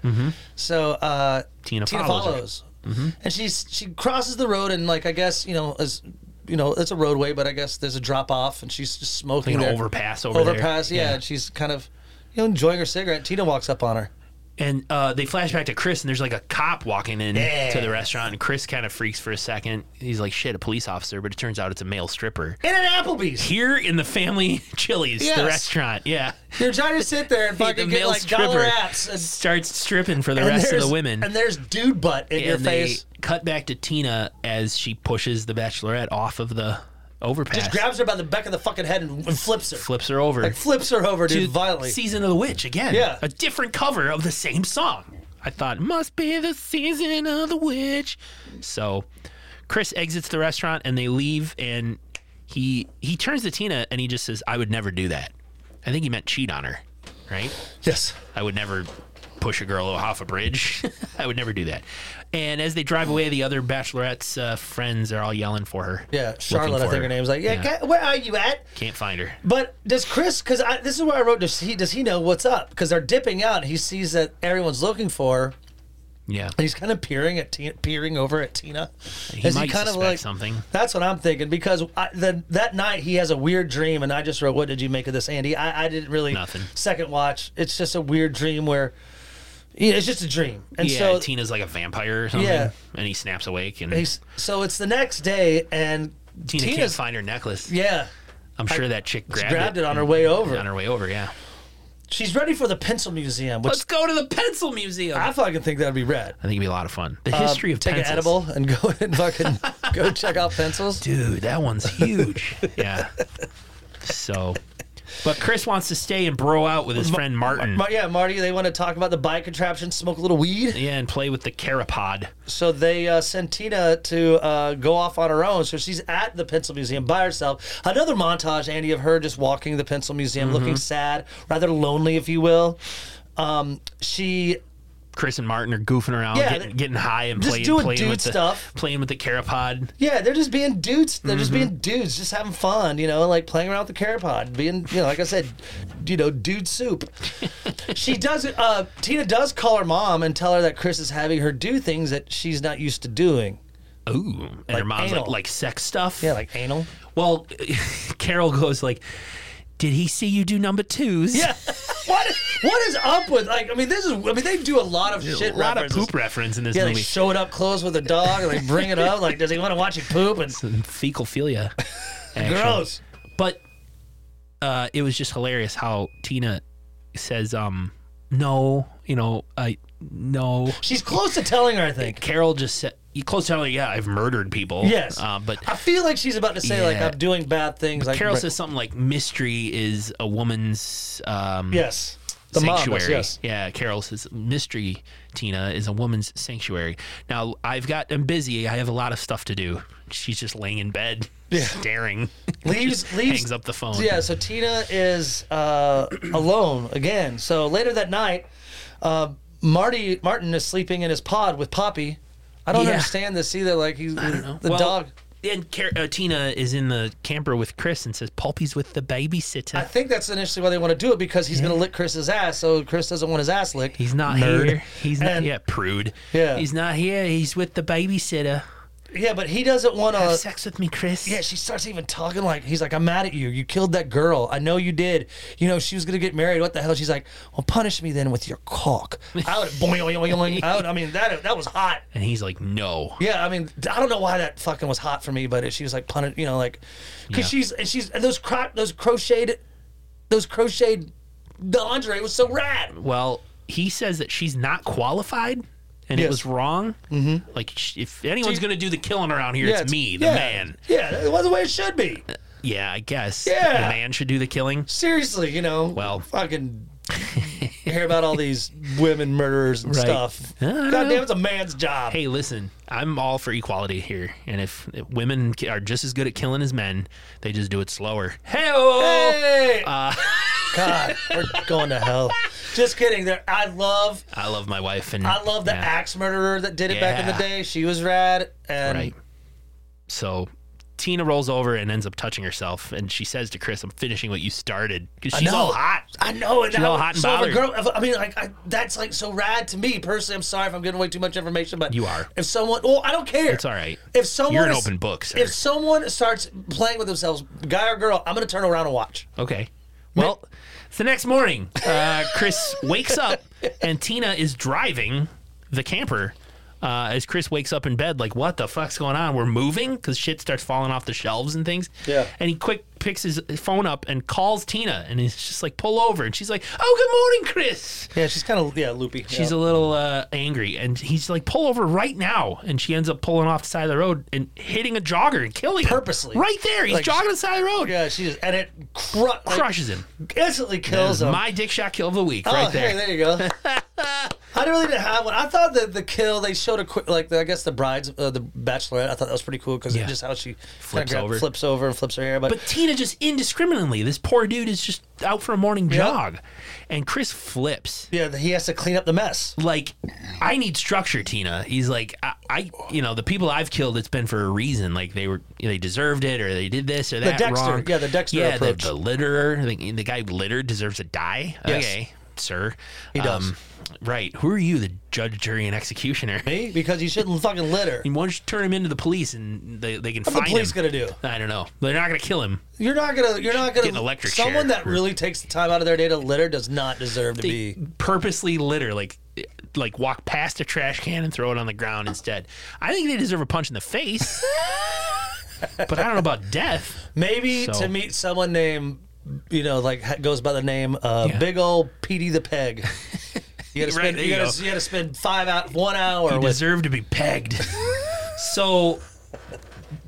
A: So uh,
B: Mm-hmm. Tina
A: Tina
B: follows her. Mm-hmm.
A: follows, and she's she crosses the road and like I guess you know as you know it's a roadway, but I guess there's a drop off and she's just smoking
B: Like
A: there.
B: an overpass over there.
A: overpass. Yeah,
B: Yeah.
A: and she's kind of you know enjoying her cigarette. Tina walks up on her.
B: and uh, they flash back to Chris, and there's like a cop walking in
A: Yeah.
B: to the restaurant, and Chris kind of freaks for a second. He's like, "Shit, a police officer!" But it turns out it's a male stripper
A: In an [laughs] Applebee's,
B: here in the family [laughs] Chili's,
A: Yes.
B: the restaurant. Yeah,
A: they're trying to sit there
B: [laughs]
A: and fucking get like dollar apps and
B: starts stripping for [laughs] the
A: and
B: rest of the
A: there's-
B: women.
A: And there's dude butt in your
B: and they
A: face.
B: cut back to Tina as she pushes the bachelorette off of the overpass,
A: Just grabs her by the back of the fucking head and, and flips her.
B: flips her over.
A: Flips her over, dude,
B: to
A: violently.
B: Season of the Witch again.
A: Yeah.
B: A different cover of the same song. I thought, must be the season of the witch. So Chris exits the restaurant and they leave and he he turns to Tina and he just says, I would never do that. I think he meant cheat on her. Right?
A: yes.
B: I would never push a girl off a bridge. [laughs] I would never do that. And as they drive away, the other bachelorette's uh, friends are all yelling for her.
A: Yeah,
B: looking
A: Charlotte, I
B: for
A: think her, name's like, yeah, ca- where are you at?
B: Can't find her.
A: But does Chris? Because this is where I wrote. Does he? Does he know what's up? Because they're dipping out. He sees that everyone's looking for. her,
B: Yeah.
A: and He's kind of peering at Tina, peering over at Tina.
B: He might suspect something.
A: That's what I'm thinking because I, the, that night he has a weird dream, and I just wrote, "What did you make of this, Andy?" I, I didn't really
B: Nothing.
A: second watch. It's just a weird dream where you know, it's just a dream, and
B: yeah,
A: so
B: Tina's like a vampire or something.
A: Yeah.
B: And he snaps awake and
A: he's, so it's the next day, and
B: Tina can't
A: Tina's
B: find her necklace.
A: yeah
B: I'm sure that chick grabbed,
A: grabbed it on her way over.
B: on her way over, yeah.
A: She's ready for the pencil museum, which
B: Let's go to the pencil museum.
A: I fucking think that'd be rad.
B: I think it'd be a lot of fun. The history of
A: Uh, take
B: pencils.
A: an edible and go and fucking
B: [laughs]
A: go check out pencils.
B: Dude,
A: [laughs]
B: that one's huge. yeah. So but Chris wants to stay and bro out with his friend Martin.
A: Mar- yeah, Marty, they want to talk about the bike contraption, smoke a little weed.
B: yeah, and play with the carapod.
A: So they uh, send Tina to uh, go off on her own. So she's at the pencil museum by herself. Another montage, Andy, of her just walking the pencil museum,
B: Mm-hmm.
A: looking sad, rather lonely, if you will. Um, she
B: Chris and Martin are goofing around,
A: Yeah,
B: getting,
A: they-
B: getting high and
A: just
B: playing,
A: doing
B: playing
A: dude
B: with the,
A: stuff.
B: playing with the carapod.
A: Yeah, they're just being dudes. They're just
B: Mm-hmm.
A: being dudes, just having fun, you know, like playing around with the carrot pod, being, you know, like I said, you know, dude
B: [laughs]
A: soup. she does, uh, Tina does call her mom and tell her that Chris is having her do things that she's not used to doing.
B: Ooh. And her mom's like,
A: anal.
B: like sex stuff.
A: Yeah, like anal.
B: Well, [laughs] Carol goes like, "Did he see you do number twos?
A: Yeah. what, what is up with, like, I mean, this is, I mean, they do a lot of [laughs] shit
B: a lot
A: references.
B: of poop reference in this
A: Yeah, they
B: movie.
A: show it up close with a dog and they bring it up. Like, does he want to watch you poop? And
B: Fecal philia.
A: [laughs] gross.
B: But uh, it was just hilarious how Tina says, "Um, no, you know, I no."
A: She's close to telling her, I think.
B: Carol just said, "You close telling, yeah, I've murdered people."
A: Yes.
B: uh, but
A: I feel like she's about to say, like,
B: Yeah.
A: I'm doing bad things. like,
B: Carol
A: Right.
B: says something like, "Mystery is a woman's um,
A: Yes. The
B: sanctuary.
A: mom. does, Yes.
B: Yeah, Carol says mystery Tina is a woman's sanctuary. Now I've got I'm busy. I have a lot of stuff to do. She's just laying in bed, staring. [laughs]
A: Leaves. leaves.
B: hangs up the phone.
A: Yeah. So Tina is uh, [clears throat] alone again. So later that night, uh, Marty Martin is sleeping in his pod with Poppy. I don't
B: Yeah.
A: understand this either. Like he's the
B: Well,
A: dog.
B: And Car- uh, Tina is in the camper with Chris and says, "Pulpy's with the babysitter."
A: I think that's initially why they want to do it because he's going to lick Chris's ass. So Chris doesn't want his ass licked.
B: He's not
A: Nerd.
B: here. He's not
A: And-
B: yeah, prude.
A: Yeah.
B: He's not here. He's with the babysitter.
A: Yeah, but he doesn't want
B: Have
A: to.
B: sex with me, Chris.
A: Uh, Yeah, she starts even talking like he's like, "I'm mad at you. You killed that girl. I know you did. You know she was gonna get married. What the hell?" She's like, "Well, punish me then with your cock." I would, boing, boing, boing, boing. I, would I mean that that was hot.
B: And he's like, "No."
A: Yeah, I mean I don't know why that fucking was hot for me, but she was like punish, you know, like because
B: Yeah.
A: she's and she's and those cro- those crocheted those crocheted the lingerie was so rad.
B: Well, he says that she's not qualified and it
A: Yes.
B: was wrong. Mm-hmm. Like, sh- if anyone's going to do the killing around here, it's, me, the
A: yeah,
B: man.
A: Yeah, that was the way it should be.
B: Yeah, I guess.
A: Yeah.
B: The man should do the killing.
A: Seriously, you know.
B: Well-
A: fucking hear about all these women murderers and
B: Right.
A: stuff.
B: I don't
A: God
B: know.
A: damn, it's a man's job.
B: Hey, listen, I'm all for equality here. And if, if women oh, ki- are just as good at killing as men, they just do it slower. Hey,
A: Hey! [laughs] God, we're going to hell. Just kidding. There, I love,
B: I love my wife, and
A: I love the
B: Uh, yeah,
A: axe murderer that did it back in the
B: Yeah.
A: day. She was rad, and
B: Right. So Tina rolls over and ends up touching herself, and she says to Chris, "I'm finishing what you started." Because
A: I
B: she's
A: know.
B: all hot.
A: I know, and she's
B: all hot and
A: so if a
B: bothered.
A: girl, if, I mean, like I, that's like so rad to me personally. I'm sorry if I'm giving away too much information, but
B: You are.
A: If someone, well, I don't care.
B: It's all right.
A: If someone,
B: You're an
A: is-
B: open book, sir.
A: If someone starts playing with themselves, guy or girl, I'm gonna turn around and watch.
B: Okay. Well, it's the next morning. Uh, Chris wakes up, and Tina is driving the camper. Uh, as Chris wakes up in bed, like, what the fuck's going on? We're moving because shit starts falling off the shelves and things.
A: Yeah.
B: And he quick picks his phone up and calls Tina, and he's just like, pull over. And she's like, oh, good morning, Chris.
A: Yeah, she's kind of yeah loopy.
B: She's a little uh, angry, and he's like, pull over right now. And she ends up pulling off the side of the road and hitting a jogger and killing him.
A: Purposely.
B: Right there. He's
A: Like-
B: jogging the side of the road.
A: yeah, she just and it cru- like,
B: Crushes him.
A: instantly kills him.
B: My dick shot kill of the week,
A: Oh,
B: right there.
A: Hey, there you
B: [laughs]
A: go. I really didn't have one. I thought that the kill they showed a quick, like the, I guess the bride's, uh, the bachelorette. I thought that was pretty cool because
B: Yeah.
A: just how she kinda
B: Flips
A: grab-
B: over.
A: flips over, and flips her hair. But,
B: But Tina just indiscriminately, this poor dude is just out for a morning jog, and Chris flips.
A: yeah, he has to clean up the mess.
B: Like, I need structure, Tina. He's like, I, I, you know, the people I've killed, it's been for a reason. Like they were, they deserved it, or they did this or that
A: Dexter-
B: wrong.
A: yeah, the Dexter
B: yeah,
A: approach.
B: The, the litterer, the, the guy who littered deserves to die.
A: Yes.
B: Okay, sir, he
A: does.
B: right. Who are you, the judge, jury, and executioner? [laughs]
A: Me? Because you shouldn't fucking litter.
B: Why don't you turn him into the police and they, they can
A: the
B: find
A: police
B: him?
A: gonna do?
B: I don't know. They're not gonna kill him.
A: You're not gonna. You're not gonna.
B: Get an electric
A: someone
B: chair.
A: that really takes the time out of their day to litter does not deserve to be.
B: purposely litter, like like walk past a trash can and throw it on the ground instead. I think they deserve a punch in
A: [laughs]
B: the face. but I don't know about death.
A: Maybe
B: So-
A: to meet someone named, you know, like ha- goes by the name uh,
B: Yeah.
A: Big Old Petey the Peg.
B: [laughs]
A: You gotta
B: Right,
A: spend.
B: there
A: you,
B: you
A: gotta,
B: go.
A: you gotta spend five out one hour
B: They
A: with
B: deserve to be pegged. so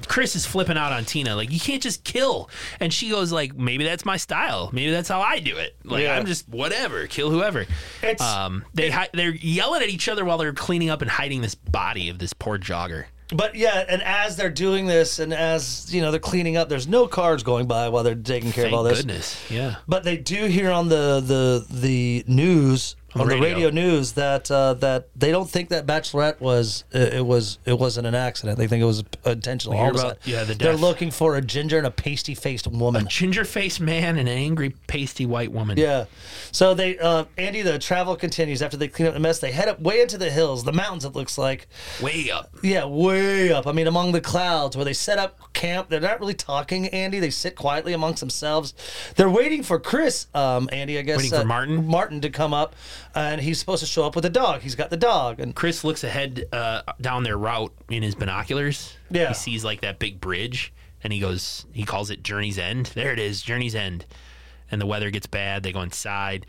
B: Chris is flipping out on Tina. Like, you can't just kill. And she goes, like, maybe that's my style. Maybe that's how I do it. Like,
A: Yeah.
B: I'm just whatever, kill whoever.
A: It's-
B: um, they hi- they're yelling at each other while they're cleaning up and hiding this body of this poor jogger.
A: But yeah, and as they're doing this, and as you know they're cleaning up, there's no cars going by while they're taking care
B: Thank
A: of all this.
B: goodness. Yeah.
A: But they do hear on the the the news on, the
B: radio.
A: radio news that uh, that they don't think that Bachelorette was uh, it was it wasn't an accident. They think it was intentional.
B: hear
A: homicide.
B: about- yeah, the
A: they're
B: death.
A: looking for a ginger and a pasty faced woman.
B: ginger faced man and an angry pasty white woman.
A: Yeah. So they, uh, Andy, the travel continues after they clean up the mess. They head up way into the hills, the mountains. It looks like,
B: Way up.
A: Yeah, way up. I mean, among the clouds where they set up camp. They're not really talking, Andy. They sit quietly amongst themselves. They're waiting for Chris, um, Andy, I guess.
B: Waiting for Martin?
A: Martin to come up, and he's supposed to show up with a dog. He's got the dog. And
B: Chris looks ahead uh, down their route in his binoculars.
A: Yeah.
B: He sees like that big bridge and he goes, he calls it Journey's End. There it is, Journey's End. And the weather gets bad. They go inside.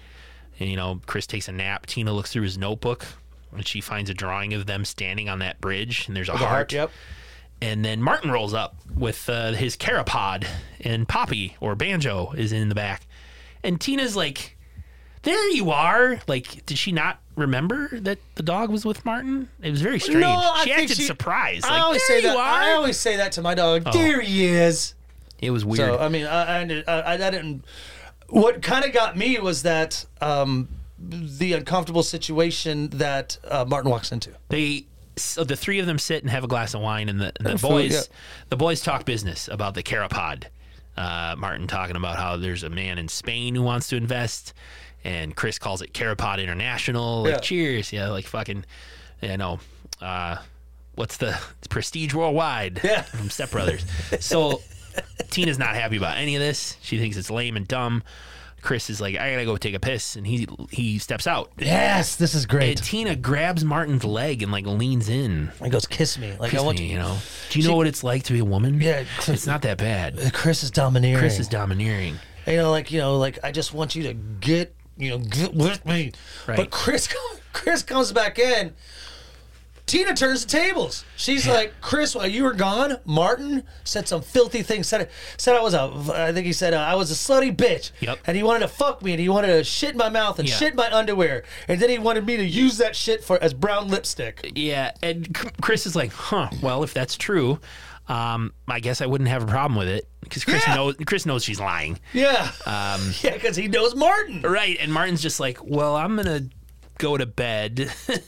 B: And, you know, Chris takes a nap. Tina looks through his notebook and she finds a drawing of them standing on that bridge and there's a heart.
A: Yep.
B: And then Martin rolls up with uh, his carapod, and Poppy or Banjo is in the back. And Tina's like, There you are. Like, did she not remember that the dog was with Martin? It was very strange. she acted surprised.
A: I
B: like,
A: always
B: "There
A: say that.
B: you
A: I
B: are." Oh.
A: always say that to my dog. There he is.
B: It was weird.
A: So I mean, I I, I, I didn't. What kind of got me was that um, the uncomfortable situation that uh, Martin walks into.
B: they so the three of them sit and have a glass of wine and the, the
A: food,
B: boys
A: yeah.
B: the boys talk business about the carapod uh, martin talking about how there's a man in spain who wants to invest and chris calls it carapod international like
A: Yeah.
B: cheers yeah like fucking you know uh, what's the prestige worldwide
A: Yeah.
B: from step brothers so tina's not happy about any of this she thinks it's lame and dumb chris is like i gotta go take a piss and he he steps out
A: Yes, this is great.
B: and Tina grabs Martin's leg and like leans in.
A: He goes, "Kiss me." Like
B: Kiss
A: I want
B: me, you know. Do you know what it's like to be a woman?
A: Yeah,
B: it's not that bad.
A: to. Chris is domineering.
B: Chris is domineering.
A: you know, like you know, like I just want you to get, you know, get with me.
B: Right.
A: But Chris, co- Chris comes back in. Tina turns the tables. She's like, Chris, while you were gone, Martin said some filthy things. Said said I was a, I think he said uh, I was a slutty bitch.
B: Yep.
A: And he wanted to fuck me, and he wanted to shit in my mouth and
B: Yeah.
A: shit in my underwear, and then he wanted me to use that shit for as brown lipstick.
B: Yeah, and C- Chris is like, huh. Well, if that's true, Um, I guess I wouldn't have a problem with it because Chris
A: Yeah.
B: knows Chris knows she's lying,
A: Yeah. Um, [laughs] yeah, because he knows Martin.
B: right? And Martin's just like, well, I'm gonna go to [laughs] bed.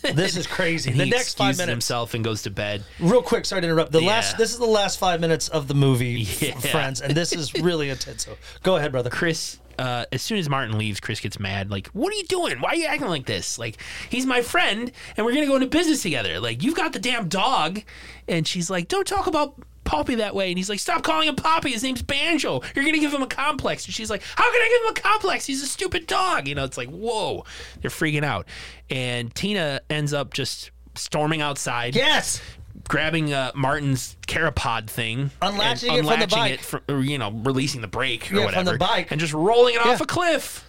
A: This is crazy.
B: And
A: The
B: he
A: next five
B: excuses
A: minutes.
B: himself and goes to bed.
A: Real quick, sorry to interrupt. The last.
B: Yeah.
A: This is the last five minutes of the movie, f-
B: Yeah.
A: friends, and this is really intense. So go ahead, brother.
B: Chris, uh, as soon as Martin leaves, Chris gets mad. Like, what are you doing? Why are you acting like this? Like, he's my friend, and we're gonna go into business together. Like, you've got the damn dog, and she's like, don't talk about Poppy that way. And he's like, stop calling him Poppy. His name's Banjo. You're gonna give him a complex. And she's like, how can I give him a complex? He's a stupid dog. You know, it's like, whoa, they're freaking out. And Tina ends up just storming outside
A: Yes.
B: grabbing uh, Martin's carapod thing,
A: Unlatching it
B: and
A: from the
B: unlatching
A: bike.
B: it from, or, you know, releasing the brake or
A: Yeah,
B: whatever,
A: from the bike.
B: and just rolling it off
A: Yeah. Ah.
B: a cliff.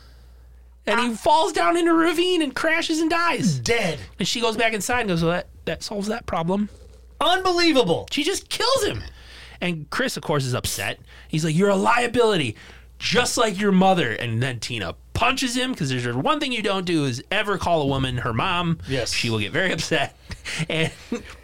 B: And he falls down into a ravine and crashes and dies.
A: Dead.
B: And she goes back inside and goes, well, that, that solves that problem.
A: Unbelievable.
B: She just kills him. And Chris, of course, is upset. He's like, You're a liability, just like your mother. And then Tina punches him because there's one thing you don't do is ever call a woman her mom.
A: Yes.
B: She will get very upset. [laughs] And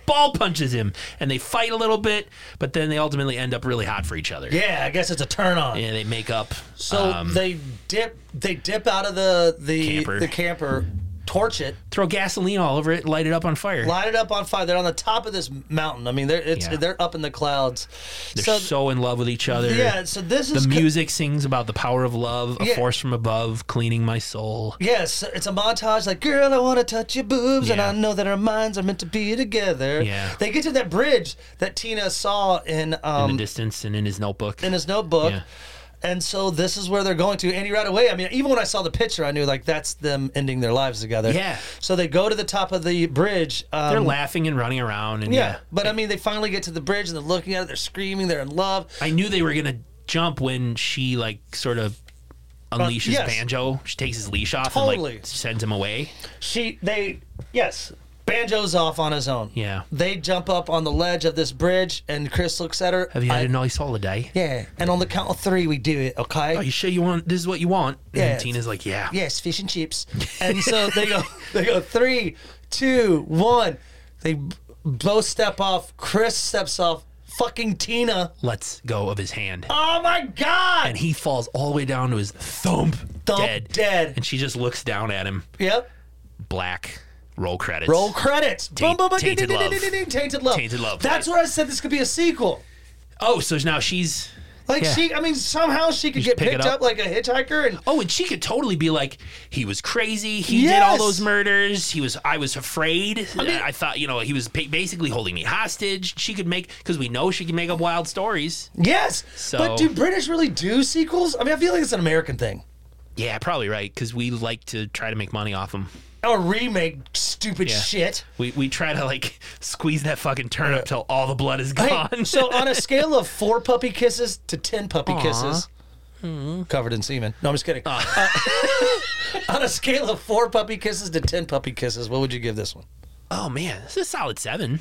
B: ball punches him. And they fight a little bit, but then they ultimately end up really hot for each other.
A: Yeah, I guess it's a turn on.
B: And they make up.
A: So they dip. They dip out of the the
B: um, Camper.
A: the camper, torch it,
B: Throw gasoline all over it, light it up on fire.
A: light it up on fire. They're on the top of this mountain. I mean, they're it's,
B: Yeah.
A: they're up in the clouds.
B: They're
A: so
B: so, in love with each other.
A: yeah, so this is
B: The
A: co-
B: music sings about the power of love, a
A: Yeah.
B: force from above, cleaning my soul.
A: Yes, it's a montage like, girl, I want to touch your boobs, and
B: Yeah.
A: I know that our minds are meant to be together.
B: Yeah.
A: They get to that bridge that Tina saw in
B: in
A: um,
B: the distance and in his notebook.
A: in his notebook.
B: Yeah.
A: And so this is where they're going to. Andy right away. I mean, even when I saw the picture, I knew like that's them ending their lives together.
B: Yeah.
A: So they go to the top of the bridge. Um,
B: They're laughing and running around, and
A: yeah.
B: yeah.
A: But I mean, they finally get to the bridge and they're looking at it. They're screaming. They're in love.
B: I knew they were gonna jump when she like sort of unleashes
A: Uh, yes.
B: Banjo. She takes his leash off and
A: Totally.
B: like sends him away.
A: She, they, yes, Banjo's off on his own.
B: Yeah.
A: They jump up on the ledge of this bridge, and Chris looks at her.
B: Have you had
A: I-
B: a nice holiday?
A: Yeah, and on the count of three, we do it, okay?
B: Are Oh, you sure you want this is what you want? And
A: Yeah.
B: Tina's like, yeah.
A: [laughs] yes, fish and
B: [laughs]
A: chips. And so they go, they go three, two, one. They b- both step off. Chris steps off. Fucking Tina.
B: Let's go of his hand.
A: Oh my God.
B: And he falls all the way down to his thump,
A: Thump
B: dead.
A: dead.
B: And she just looks down at him.
A: Yep.
B: Black. Roll credits.
A: Roll credits. Boom, boom, boom, ding, ding,
B: Tainted
A: ding,
B: Love.
A: ding, ding, ding, Tainted love.
B: Tainted Love,
A: That's
B: right.
A: where I said this could be a sequel.
B: Oh, so now she's
A: Like
B: Yeah.
A: she, I mean, somehow she could
B: should
A: get
B: pick it
A: picked
B: up.
A: up like a hitchhiker and
B: Oh, and she could totally be like, he was crazy. He did
A: Yes.
B: all those murders. He was. I was afraid. I, thought, you know, he was pa- basically holding me hostage. She could make because we know she can make up wild stories.
A: yes. But
B: So-
A: do British really do sequels? I mean, I feel like it's an American thing.
B: Yeah, probably right because we like to try to make money off them.
A: Or remake stupid
B: Yeah.
A: shit.
B: We we try to like [laughs] squeeze that fucking turnip till all the blood is gone.
A: Hey, so [laughs] on a scale of four puppy kisses to ten puppy kisses, covered in semen. No, I'm just kidding. Uh, [laughs] on a scale of four puppy kisses to ten puppy kisses, what would you give this one?
B: [laughs] oh man, this is a solid seven.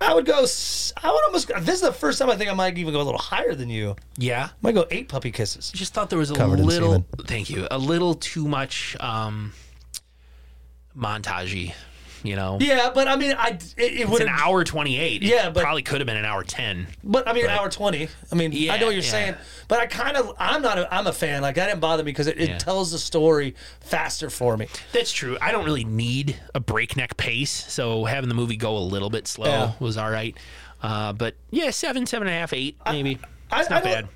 A: I would go. s- I would almost. This is the first time I think I might even go a little higher than you.
B: Yeah,
A: I might go eight puppy kisses.
B: I just thought there was a
A: in
B: little.
A: semen.
B: Thank you. A little too much um montagey. You know.
A: Yeah, but I mean, I it, it would.
B: It's an hour 28. It
A: Yeah, but-
B: probably could have been an hour 10.
A: But I mean, hour twenty. I mean, I know what you're
B: yeah.
A: saying. But I kind of. I'm not. A, I'm a fan. Like that didn't bother me because it, it
B: Yeah.
A: tells the story faster for me.
B: That's true. I don't really need a breakneck pace, so having the movie go a little bit slow
A: Yeah.
B: was all right. Uh, but yeah, seven, seven and a half, eight, [laughs] maybe.
A: I,
B: it's not
A: I don't-
B: bad.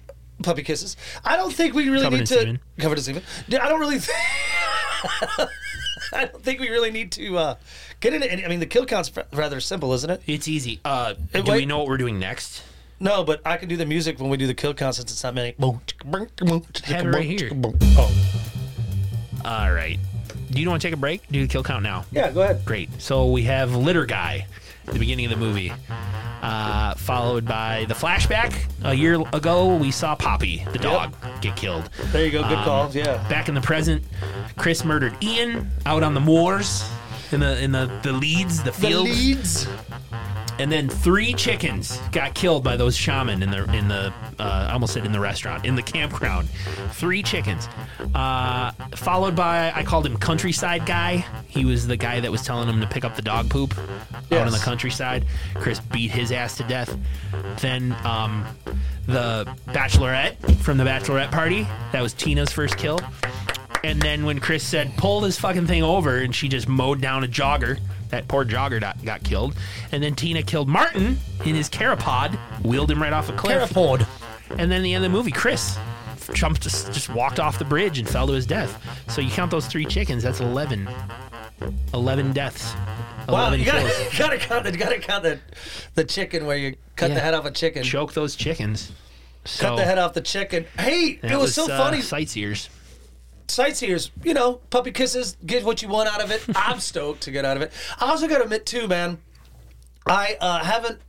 A: Puppy kisses. I don't think we really
B: Covered
A: need
B: in
A: to
B: semen.
A: covered in semen. Yeah, I don't really. Th- [laughs] I don't think we really need to uh, get into any. I mean, the kill count's fa- rather simple, isn't it?
B: It's easy. Uh, do
A: wait.
B: we know what we're doing next?
A: No, but I can do the music when we do the kill count since it's not many.
B: Have it right here.
A: Oh,
B: All right. Do you want to take a break? Do the kill count now.
A: yeah. Go ahead.
B: Great. So we have Litter Guy, at the beginning of the movie, uh, followed by the flashback. A year ago, we saw Poppy, the dog, get killed.
A: There you go.
B: Um,
A: Good calls. Yeah.
B: Back in the present, Chris murdered Ian out on the moors in the in the, the leads, the fields.
A: leads.
B: and then three chickens got killed by those shaman in the in the uh, I almost said in the restaurant in the campground. Three chickens, uh, followed by I called him countryside guy. He was the guy that was telling him to pick up the dog poop out in the
A: Yes.
B: countryside. Chris beat his ass to death. Then um, the bachelorette from the bachelorette party that was Tina's first kill. And then when Chris said, pull this fucking thing over, and she just mowed down a jogger, that poor jogger got, got killed. And then Tina killed Martin in his carapod, wheeled him right off a cliff.
A: Carapod.
B: And then the end of the movie, Chris jumped, just, just walked off the bridge and fell to his death. So you count those three chickens, that's 11. 11 deaths. 11
A: Wow, you gotta,
B: kills.
A: you [laughs] gotta count the you gotta count the, the chicken where you cut
B: Yeah.
A: the head off a chicken,
B: Choke those chickens. So,
A: cut the head off the chicken. Hey,
B: that
A: it was, so
B: uh,
A: funny.
B: Sightseers.
A: sightseers, you know, puppy kisses, get what you want out
B: [laughs]
A: of it. I'm stoked to get out of it. I also got to admit, too, man, I uh, haven't,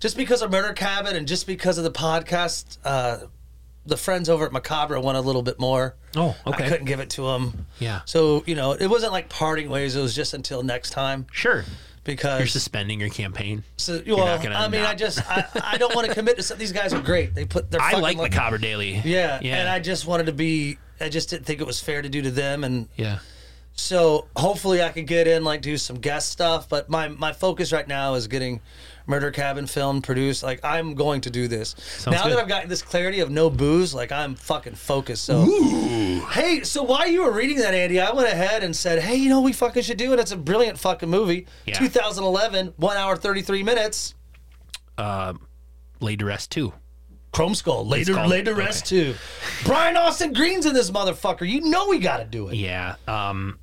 A: just because of Murder Cabin and just because of the podcast, uh, the friends over at Macabre want a little bit more.
B: Oh,
A: I
B: okay.
A: couldn't give it to them.
B: Yeah.
A: So, you know, it wasn't like parting ways. It was just until next time
B: Sure. You're
A: because
B: suspending your campaign.
A: so,
B: not
A: well,
B: gonna
A: I mean,
B: not-
A: I just I, I don't want to commit to something. These guys are great. They put their
B: I
A: fucking
B: like
A: li-
B: Macabre Daily.
A: yeah,
B: Yeah.
A: and I just wanted to be. I just didn't think it was fair to do to them, and
B: yeah.
A: so hopefully I could get in, like do some guest stuff. But my my focus right now is getting Murder Cabin filmed, produced. Like I'm going to do this now
B: good.
A: that I've gotten this clarity of no booze. Like I'm fucking focused. So hey, so while you were reading that, Andy, I went ahead and said, hey, you know what we fucking should do it. It's a brilliant fucking movie.
B: Yeah.
A: 2011, one hour 33 minutes.
B: Laid to rest too.
A: Chrome Skull, later,
B: called-
A: later rest too. Brian Austin Green's in this motherfucker. You know we got to do it.
B: Yeah. Um,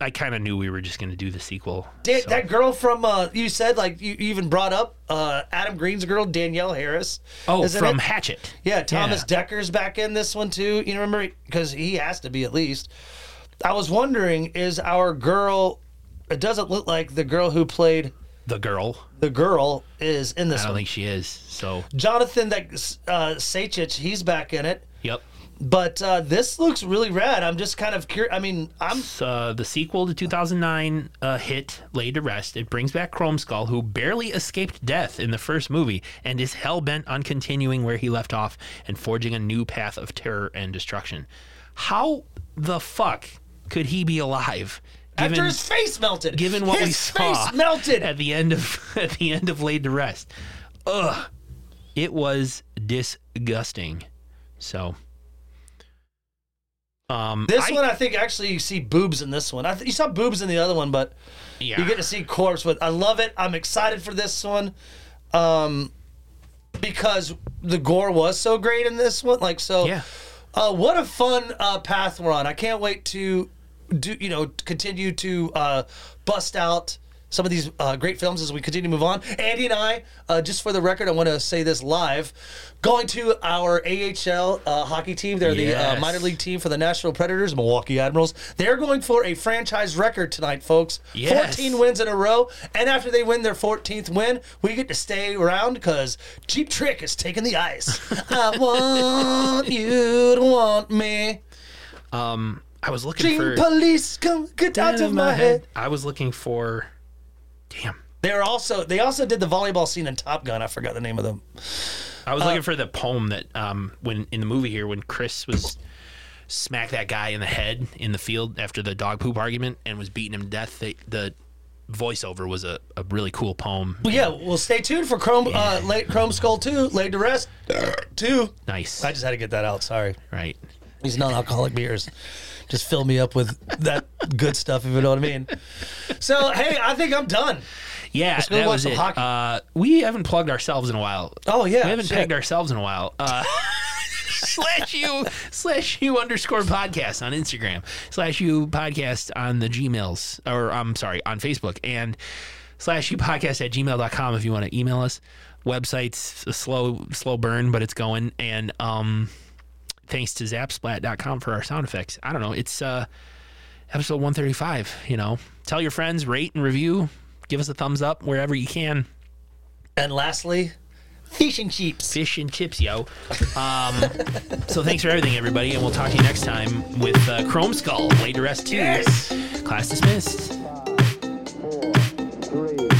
B: I kind of knew we were just going to do the sequel.
A: Dan-
B: so-
A: That girl from uh, you said like you you even brought up uh, Adam Green's girl Danielle Harris.
B: oh,
A: isn't
B: from
A: it?
B: Hatchet.
A: yeah, Thomas
B: yeah.
A: Decker's back in this one too. You remember because he has to be at least. I was wondering, is our girl? It doesn't look like the girl who played
B: the girl.
A: the girl is in this
B: I don't
A: one.
B: think she is. So,
A: Jonathan that uh, Sachich, he's back in it.
B: yep.
A: But uh, this looks really rad. I'm just kind of curious. I mean, I'm
B: It's, uh, the sequel to 2009 uh, hit Laid to Rest. It brings back Chrome Skull, who barely escaped death in the first movie and is hell bent on continuing where he left off and forging a new path of terror and destruction. How the fuck could he be alive?
A: after his face melted.
B: given what
A: his
B: we saw
A: face melted.
B: at the end of [laughs] at the end of laid to rest ugh it was disgusting so um
A: This
B: I-
A: one, I think, actually, you see boobs in this one. I th- you saw boobs in the other one, but
B: yeah
A: you get to see corpse. With I love it. I'm excited for this one, um, because the gore was so great in this one. Like so,
B: Yeah.
A: Uh, what a fun uh, path we're on. I can't wait to do. You know, continue to uh, bust out. Some of these uh, great films as we continue to move on. Andy and I, uh, just for the record, I want to say this live. Going to our AHL uh, hockey team, they're the uh,
B: Yes.
A: minor league team for the Nashville Predators, Milwaukee Admirals. They're going for a franchise record tonight, folks.
B: Yes.
A: 14 wins in a row. And after they win their 14th win, we get to stay around because Cheap Trick is taking the ice. [laughs] I want you to want me.
B: i was looking
A: Dream
B: for
A: police, come get out of my head.
B: i was looking for damn
A: They're also they also did the volleyball scene in Top Gun. I forgot the name of them.
B: i was
A: Uh,
B: looking for the poem that um when in the movie here when chris was smacked that guy in the head in the field after the dog poop argument and was beating him to death they, the voiceover was a, a really cool poem
A: Well, yeah, well, stay tuned for Chrome uh, late Chrome Skull 2, Laid to Rest 2.
B: nice
A: I just had to get that out. Sorry.
B: right
A: These non-alcoholic beers just fill me up with that good stuff, if you know what I mean. So hey, I think I'm done.
B: Yeah,
A: go
B: that
A: watch
B: was
A: some
B: it.
A: hockey.
B: Uh, we haven't plugged ourselves in a while.
A: Oh yeah,
B: we haven't
A: shit.
B: pegged ourselves in a while. Uh,
A: [laughs]
B: slash you slash you underscore podcast on Instagram slash you podcast on the Gmails or I'm sorry on Facebook and slash you podcast at gmail.com if you want to email us. Websites a slow slow burn, but it's going. And um, thanks to Zapsplat.com for our sound effects. I don't know. It's uh, episode 135. You know, tell your friends, rate and review, give us a thumbs up wherever you can.
A: And lastly, fishing sheeps.
B: fish and chips, yo. Um, so thanks for everything, everybody, and we'll talk to you next time with uh, Chrome Skull, Later S2.
A: Yes!
B: Class dismissed.
C: Four, three,